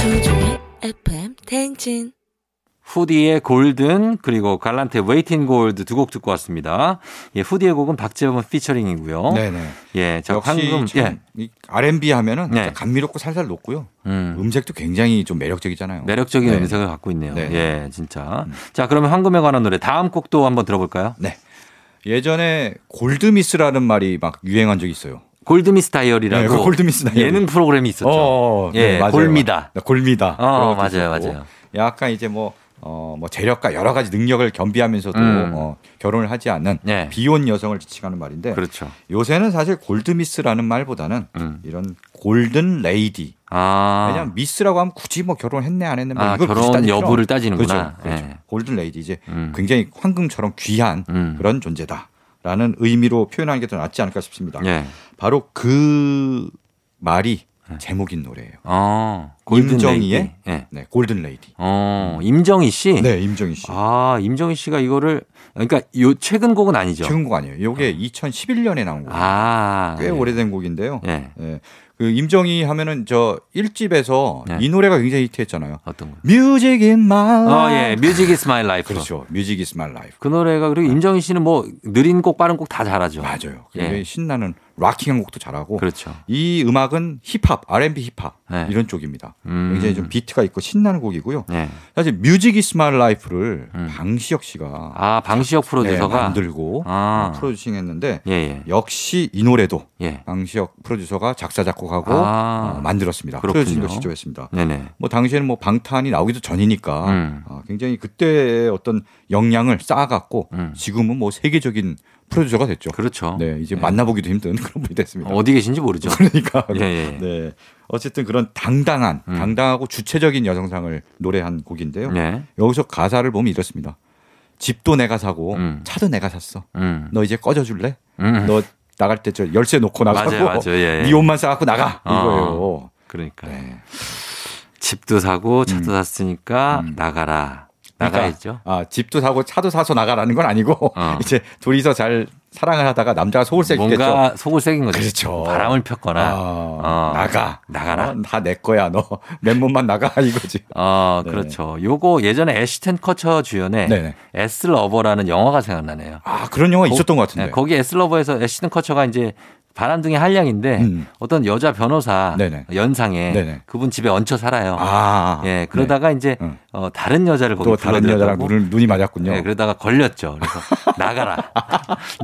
Speaker 9: 조종의 FM 대행진
Speaker 1: 후디의 골든 그리고 갈란테 웨이팅 골드 두 곡 듣고 왔습니다. 예, 후디의 곡은 박재범 피처링이고요.
Speaker 6: 네네.
Speaker 1: 예, 자
Speaker 6: 역시
Speaker 1: 황금
Speaker 6: 참
Speaker 1: 예,
Speaker 6: 이 R&B 하면은
Speaker 1: 네.
Speaker 6: 진짜 감미롭고 살살 녹고요.
Speaker 1: 음,
Speaker 6: 음색도 굉장히 좀 매력적이잖아요.
Speaker 1: 매력적인
Speaker 6: 네.
Speaker 1: 음색을 갖고 있네요.
Speaker 6: 네.
Speaker 1: 예, 진짜. 자, 그러면 황금에 관한 노래 다음 곡도 한번 들어볼까요?
Speaker 6: 네. 예전에 골드미스라는 말이 막 유행한 적이 있어요.
Speaker 1: 골드미스 다이어리라고
Speaker 6: 네, 그 골드미스 다이어리.
Speaker 1: 예능 프로그램이 있었죠.
Speaker 6: 어,
Speaker 1: 예,
Speaker 6: 네, 맞아요.
Speaker 1: 골미다.
Speaker 6: 네, 골미다.
Speaker 1: 어,
Speaker 6: 그런 것도
Speaker 1: 맞아요,
Speaker 6: 있었고.
Speaker 1: 맞아요.
Speaker 6: 약간 이제 뭐, 어, 뭐 재력과 여러 가지 능력을 겸비하면서도
Speaker 1: 음.
Speaker 6: 어, 결혼을 하지 않는
Speaker 1: 네.
Speaker 6: 비혼 여성을 지칭하는 말인데
Speaker 1: 그렇죠.
Speaker 6: 요새는 사실 골드미스라는 말보다는
Speaker 1: 음.
Speaker 6: 이런 골든 레이디.
Speaker 1: 아,
Speaker 6: 왜냐하면 미스라고 하면 굳이 뭐 결혼했네 안 했네 뭐
Speaker 1: 아,
Speaker 6: 이걸 굳이
Speaker 1: 결혼
Speaker 6: 따질 필요
Speaker 1: 여부를
Speaker 6: 없-
Speaker 1: 따지는구나.
Speaker 6: 그렇죠. 그렇죠.
Speaker 1: 예.
Speaker 6: 골든 레이디 이제
Speaker 1: 음.
Speaker 6: 굉장히 황금처럼 귀한
Speaker 1: 음.
Speaker 6: 그런 존재다라는 의미로 표현하는 게 더 낫지 않을까 싶습니다.
Speaker 1: 예,
Speaker 6: 바로 그 말이 제목인 노래예요.
Speaker 1: 어,
Speaker 6: 임정희의
Speaker 1: 레이디. 예.
Speaker 6: 네, 골든 레이디.
Speaker 1: 어, 임정희 씨.
Speaker 6: 네, 임정희 씨.
Speaker 1: 아, 임정희 씨가 이거를 그러니까 요 최근 곡은 아니죠.
Speaker 6: 최근 곡 아니에요. 이게 2011년에 나온 곡. 요
Speaker 1: 아.
Speaker 6: 꽤 오래된 곡인데요.
Speaker 1: 예.
Speaker 6: 예. 그 임정희 하면은 저 1집에서
Speaker 1: 네.
Speaker 6: 이 노래가 굉장히 히트했잖아요.
Speaker 1: 어떤 거?
Speaker 6: 뮤직 인 마이
Speaker 1: 어, 예. 뮤직 이스 마이 라이프.
Speaker 6: 그렇죠. 뮤직 이스 마이 라이프.
Speaker 1: 그 노래가 그리고 임정희 씨는 뭐 느린 곡 빠른 곡 다 잘하죠.
Speaker 6: 맞아요.
Speaker 1: 예.
Speaker 6: 굉장히 신나는 락킹한 곡도 잘하고
Speaker 1: 그렇죠.
Speaker 6: 이 음악은 힙합, R&B 힙합
Speaker 1: 네.
Speaker 6: 이런 쪽입니다.
Speaker 1: 음.
Speaker 6: 굉장히 좀 비트가 있고 신나는 곡이고요.
Speaker 1: 예.
Speaker 6: 사실 뮤직 이스 마이 라이프를
Speaker 1: 음.
Speaker 6: 방시혁 씨가
Speaker 1: 아, 방시혁
Speaker 6: 네,
Speaker 1: 프로듀서가
Speaker 6: 만들고 어,
Speaker 1: 아.
Speaker 6: 프로듀싱했는데
Speaker 1: 예, 예.
Speaker 6: 역시 이 노래도
Speaker 1: 예.
Speaker 6: 방시혁 프로듀서가 작사 작곡하고
Speaker 1: 아.
Speaker 6: 어, 만들었습니다.
Speaker 1: 그렇군요.
Speaker 6: 프로듀싱도 시도했습니다.
Speaker 1: 네, 네.
Speaker 6: 뭐 당시에는 뭐 방탄이 나오기도 전이니까
Speaker 1: 음.
Speaker 6: 어, 굉장히 그때의 어떤 영향을 쌓아갔고
Speaker 1: 음.
Speaker 6: 지금은 뭐 세계적인 프로듀서가 됐죠.
Speaker 1: 그렇죠.
Speaker 6: 네, 이제
Speaker 1: 예.
Speaker 6: 만나보기도 힘든 [LAUGHS] 그런 분이 됐습니다.
Speaker 1: 어디 계신지 모르죠.
Speaker 6: 그러니까
Speaker 1: 예, 예.
Speaker 6: 네. 어쨌든 그런 당당한,
Speaker 1: 음.
Speaker 6: 당당하고 주체적인 여성상을 노래한 곡인데요.
Speaker 1: 네.
Speaker 6: 여기서 가사를 보면 이렇습니다. 집도 내가 사고
Speaker 1: 음.
Speaker 6: 차도 내가 샀어.
Speaker 1: 음.
Speaker 6: 너 이제 꺼져줄래?
Speaker 1: 음.
Speaker 6: 너 나갈 때 저 열쇠 놓고 나가고
Speaker 1: 맞아요, 맞아요. 예, 어. 예.
Speaker 6: 네 옷만 싸갖고 나가 이거예요.
Speaker 1: 그러니까
Speaker 6: 네.
Speaker 1: 집도 사고 차도
Speaker 6: 음.
Speaker 1: 샀으니까
Speaker 6: 음.
Speaker 1: 나가라.
Speaker 6: 그러니까,
Speaker 1: 나가야죠.
Speaker 6: 아 집도 사고 차도 사서 나가라는 건 아니고
Speaker 1: 어.
Speaker 6: [LAUGHS] 이제 둘이서 잘 사랑을 하다가 남자가 속을 새겼겠죠.
Speaker 1: 뭔가 속을 새긴 거죠.
Speaker 6: 그렇죠.
Speaker 1: 바람을 폈거나
Speaker 6: 아,
Speaker 1: 어,
Speaker 6: 나가
Speaker 1: 나가라.
Speaker 6: 다 내 거야 너 맨몸만 나가 [LAUGHS] 이거지.
Speaker 1: 어,
Speaker 6: 네.
Speaker 1: 그렇죠. 요거 예전에 애쉬튼 커처 주연의
Speaker 6: 네네.
Speaker 1: 에스 러버라는 영화가 생각나네요.
Speaker 6: 아 그런 영화 있었던 것 같은데.
Speaker 1: 네, 거기 에스 러버에서 애쉬튼 커처가 이제 바람둥이 한량인데
Speaker 6: 음.
Speaker 1: 어떤 여자 변호사
Speaker 6: 네네.
Speaker 1: 연상에
Speaker 6: 네네.
Speaker 1: 그분 집에 얹혀 살아요.
Speaker 6: 아
Speaker 1: 예, 그러다가 이제
Speaker 6: 응.
Speaker 1: 어, 다른 여자를
Speaker 6: 네.
Speaker 1: 거기
Speaker 6: 또 다른
Speaker 1: 불러들였다고.
Speaker 6: 여자랑 눈을, 눈이 맞았군요.
Speaker 1: 네, 그러다가 걸렸죠. 그래서 [LAUGHS] 나가라.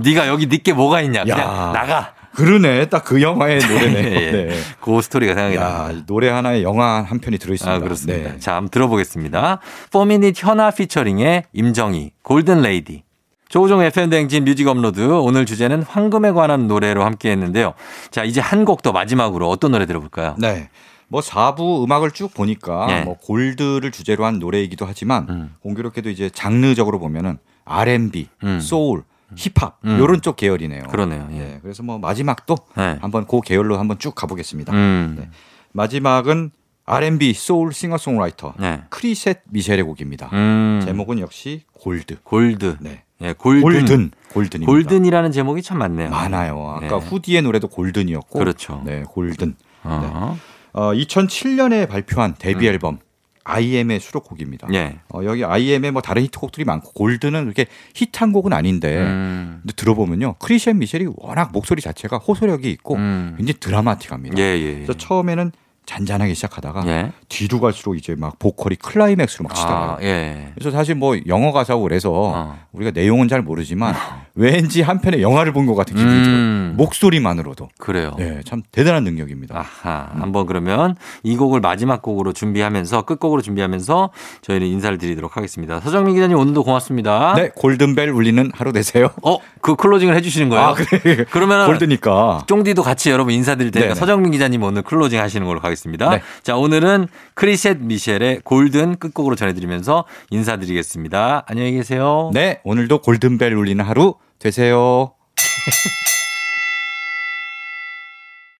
Speaker 1: 네가 여기 네게 뭐가 있냐. 그냥
Speaker 6: 야.
Speaker 1: 나가.
Speaker 6: 그러네, 딱 그 영화의 노래네.
Speaker 1: [LAUGHS] 예, 예. [LAUGHS]
Speaker 6: 네.
Speaker 1: 그 스토리가 생각이
Speaker 6: 야,
Speaker 1: 납니다.
Speaker 6: 이 노래 하나에 영화 한 편이 들어있습니다.
Speaker 1: 아, 그렇습니다.
Speaker 6: 네.
Speaker 1: 자, 한번 들어보겠습니다. 포미닛 현아 피처링의 임정희, 골든 레이디. 조우종 FM 대행진 뮤직 업로드 오늘 주제는 황금에 관한 노래로 함께 했는데요. 자, 이제 한 곡 더 마지막으로 어떤 노래 들어볼까요?
Speaker 6: 네. 뭐 4부 음악을 쭉 보니까
Speaker 1: 예.
Speaker 6: 뭐 골드를 주제로 한 노래이기도 하지만
Speaker 1: 음.
Speaker 6: 공교롭게도 이제 장르적으로 보면은 R&B,
Speaker 1: 음.
Speaker 6: 소울, 힙합
Speaker 1: 음.
Speaker 6: 요런 쪽 계열이네요.
Speaker 1: 그러네요. 예.
Speaker 6: 네, 그래서 뭐 마지막도
Speaker 1: 네.
Speaker 6: 한번 그 계열로 한번 쭉 가보겠습니다.
Speaker 1: 음.
Speaker 6: 네. 마지막은 R&B 소울 싱어송라이터
Speaker 1: 네.
Speaker 6: 크리셋 미셸의 곡입니다.
Speaker 1: 음.
Speaker 6: 제목은 역시 골드.
Speaker 1: 골드.
Speaker 6: 네.
Speaker 1: 예, 골든.
Speaker 6: 골든. 골든입니다.
Speaker 1: 골든이라는 제목이 참 많네요.
Speaker 6: 많아요. 아까
Speaker 1: 네.
Speaker 6: 후디의 노래도 골든이었고.
Speaker 1: 그렇죠.
Speaker 6: 네, 골든.
Speaker 1: 어.
Speaker 6: 어, 2007년에 발표한 데뷔 앨범 IM의 수록곡입니다.
Speaker 1: 음. 예.
Speaker 6: 어, 여기 IM의 뭐 다른 히트곡들이 많고 골드는 그렇게 히트한 곡은 아닌데
Speaker 1: 음.
Speaker 6: 근데 들어보면요. 크리시안 미셸이 워낙 목소리 자체가 호소력이 있고
Speaker 1: 음.
Speaker 6: 굉장히 드라마틱합니다.
Speaker 1: 예, 예. 예.
Speaker 6: 그래서 처음에는 잔잔하게 시작하다가
Speaker 1: 예.
Speaker 6: 뒤로 갈수록 이제 막 보컬이 클라이맥스로 막 치다가
Speaker 1: 아, 예.
Speaker 6: 그래서 사실 뭐 영어 가사고 그래서
Speaker 1: 어.
Speaker 6: 우리가 내용은 잘 모르지만 왠지 한편의 영화를 본 것 같은 기분이
Speaker 1: 음.
Speaker 6: 들어요. 목소리만으로도.
Speaker 1: 그래요.
Speaker 6: 네, 참 대단한 능력입니다.
Speaker 1: 아하, 한번 그러면 이 곡을 마지막 곡으로 준비하면서 끝곡으로 준비하면서 저희는 인사를 드리도록 하겠습니다. 서정민 기자님 오늘도 고맙습니다.
Speaker 6: 네, 골든벨 울리는 하루 되세요.
Speaker 1: 어, 그 클로징을 해주시는 거예요?
Speaker 6: 아, 그래.
Speaker 1: 그러면
Speaker 6: 골드니까.
Speaker 1: 쫑디도 같이 여러분 인사드릴 테니까
Speaker 6: 네네.
Speaker 1: 서정민 기자님 오늘 클로징 하시는 걸로 가겠습니다.
Speaker 6: 네.
Speaker 1: 자, 오늘은 크리셋 미셸의 골든 끝곡으로 전해드리면서 인사드리겠습니다. 안녕히 계세요.
Speaker 6: 네, 오늘도 골든벨 울리는 하루 되세요.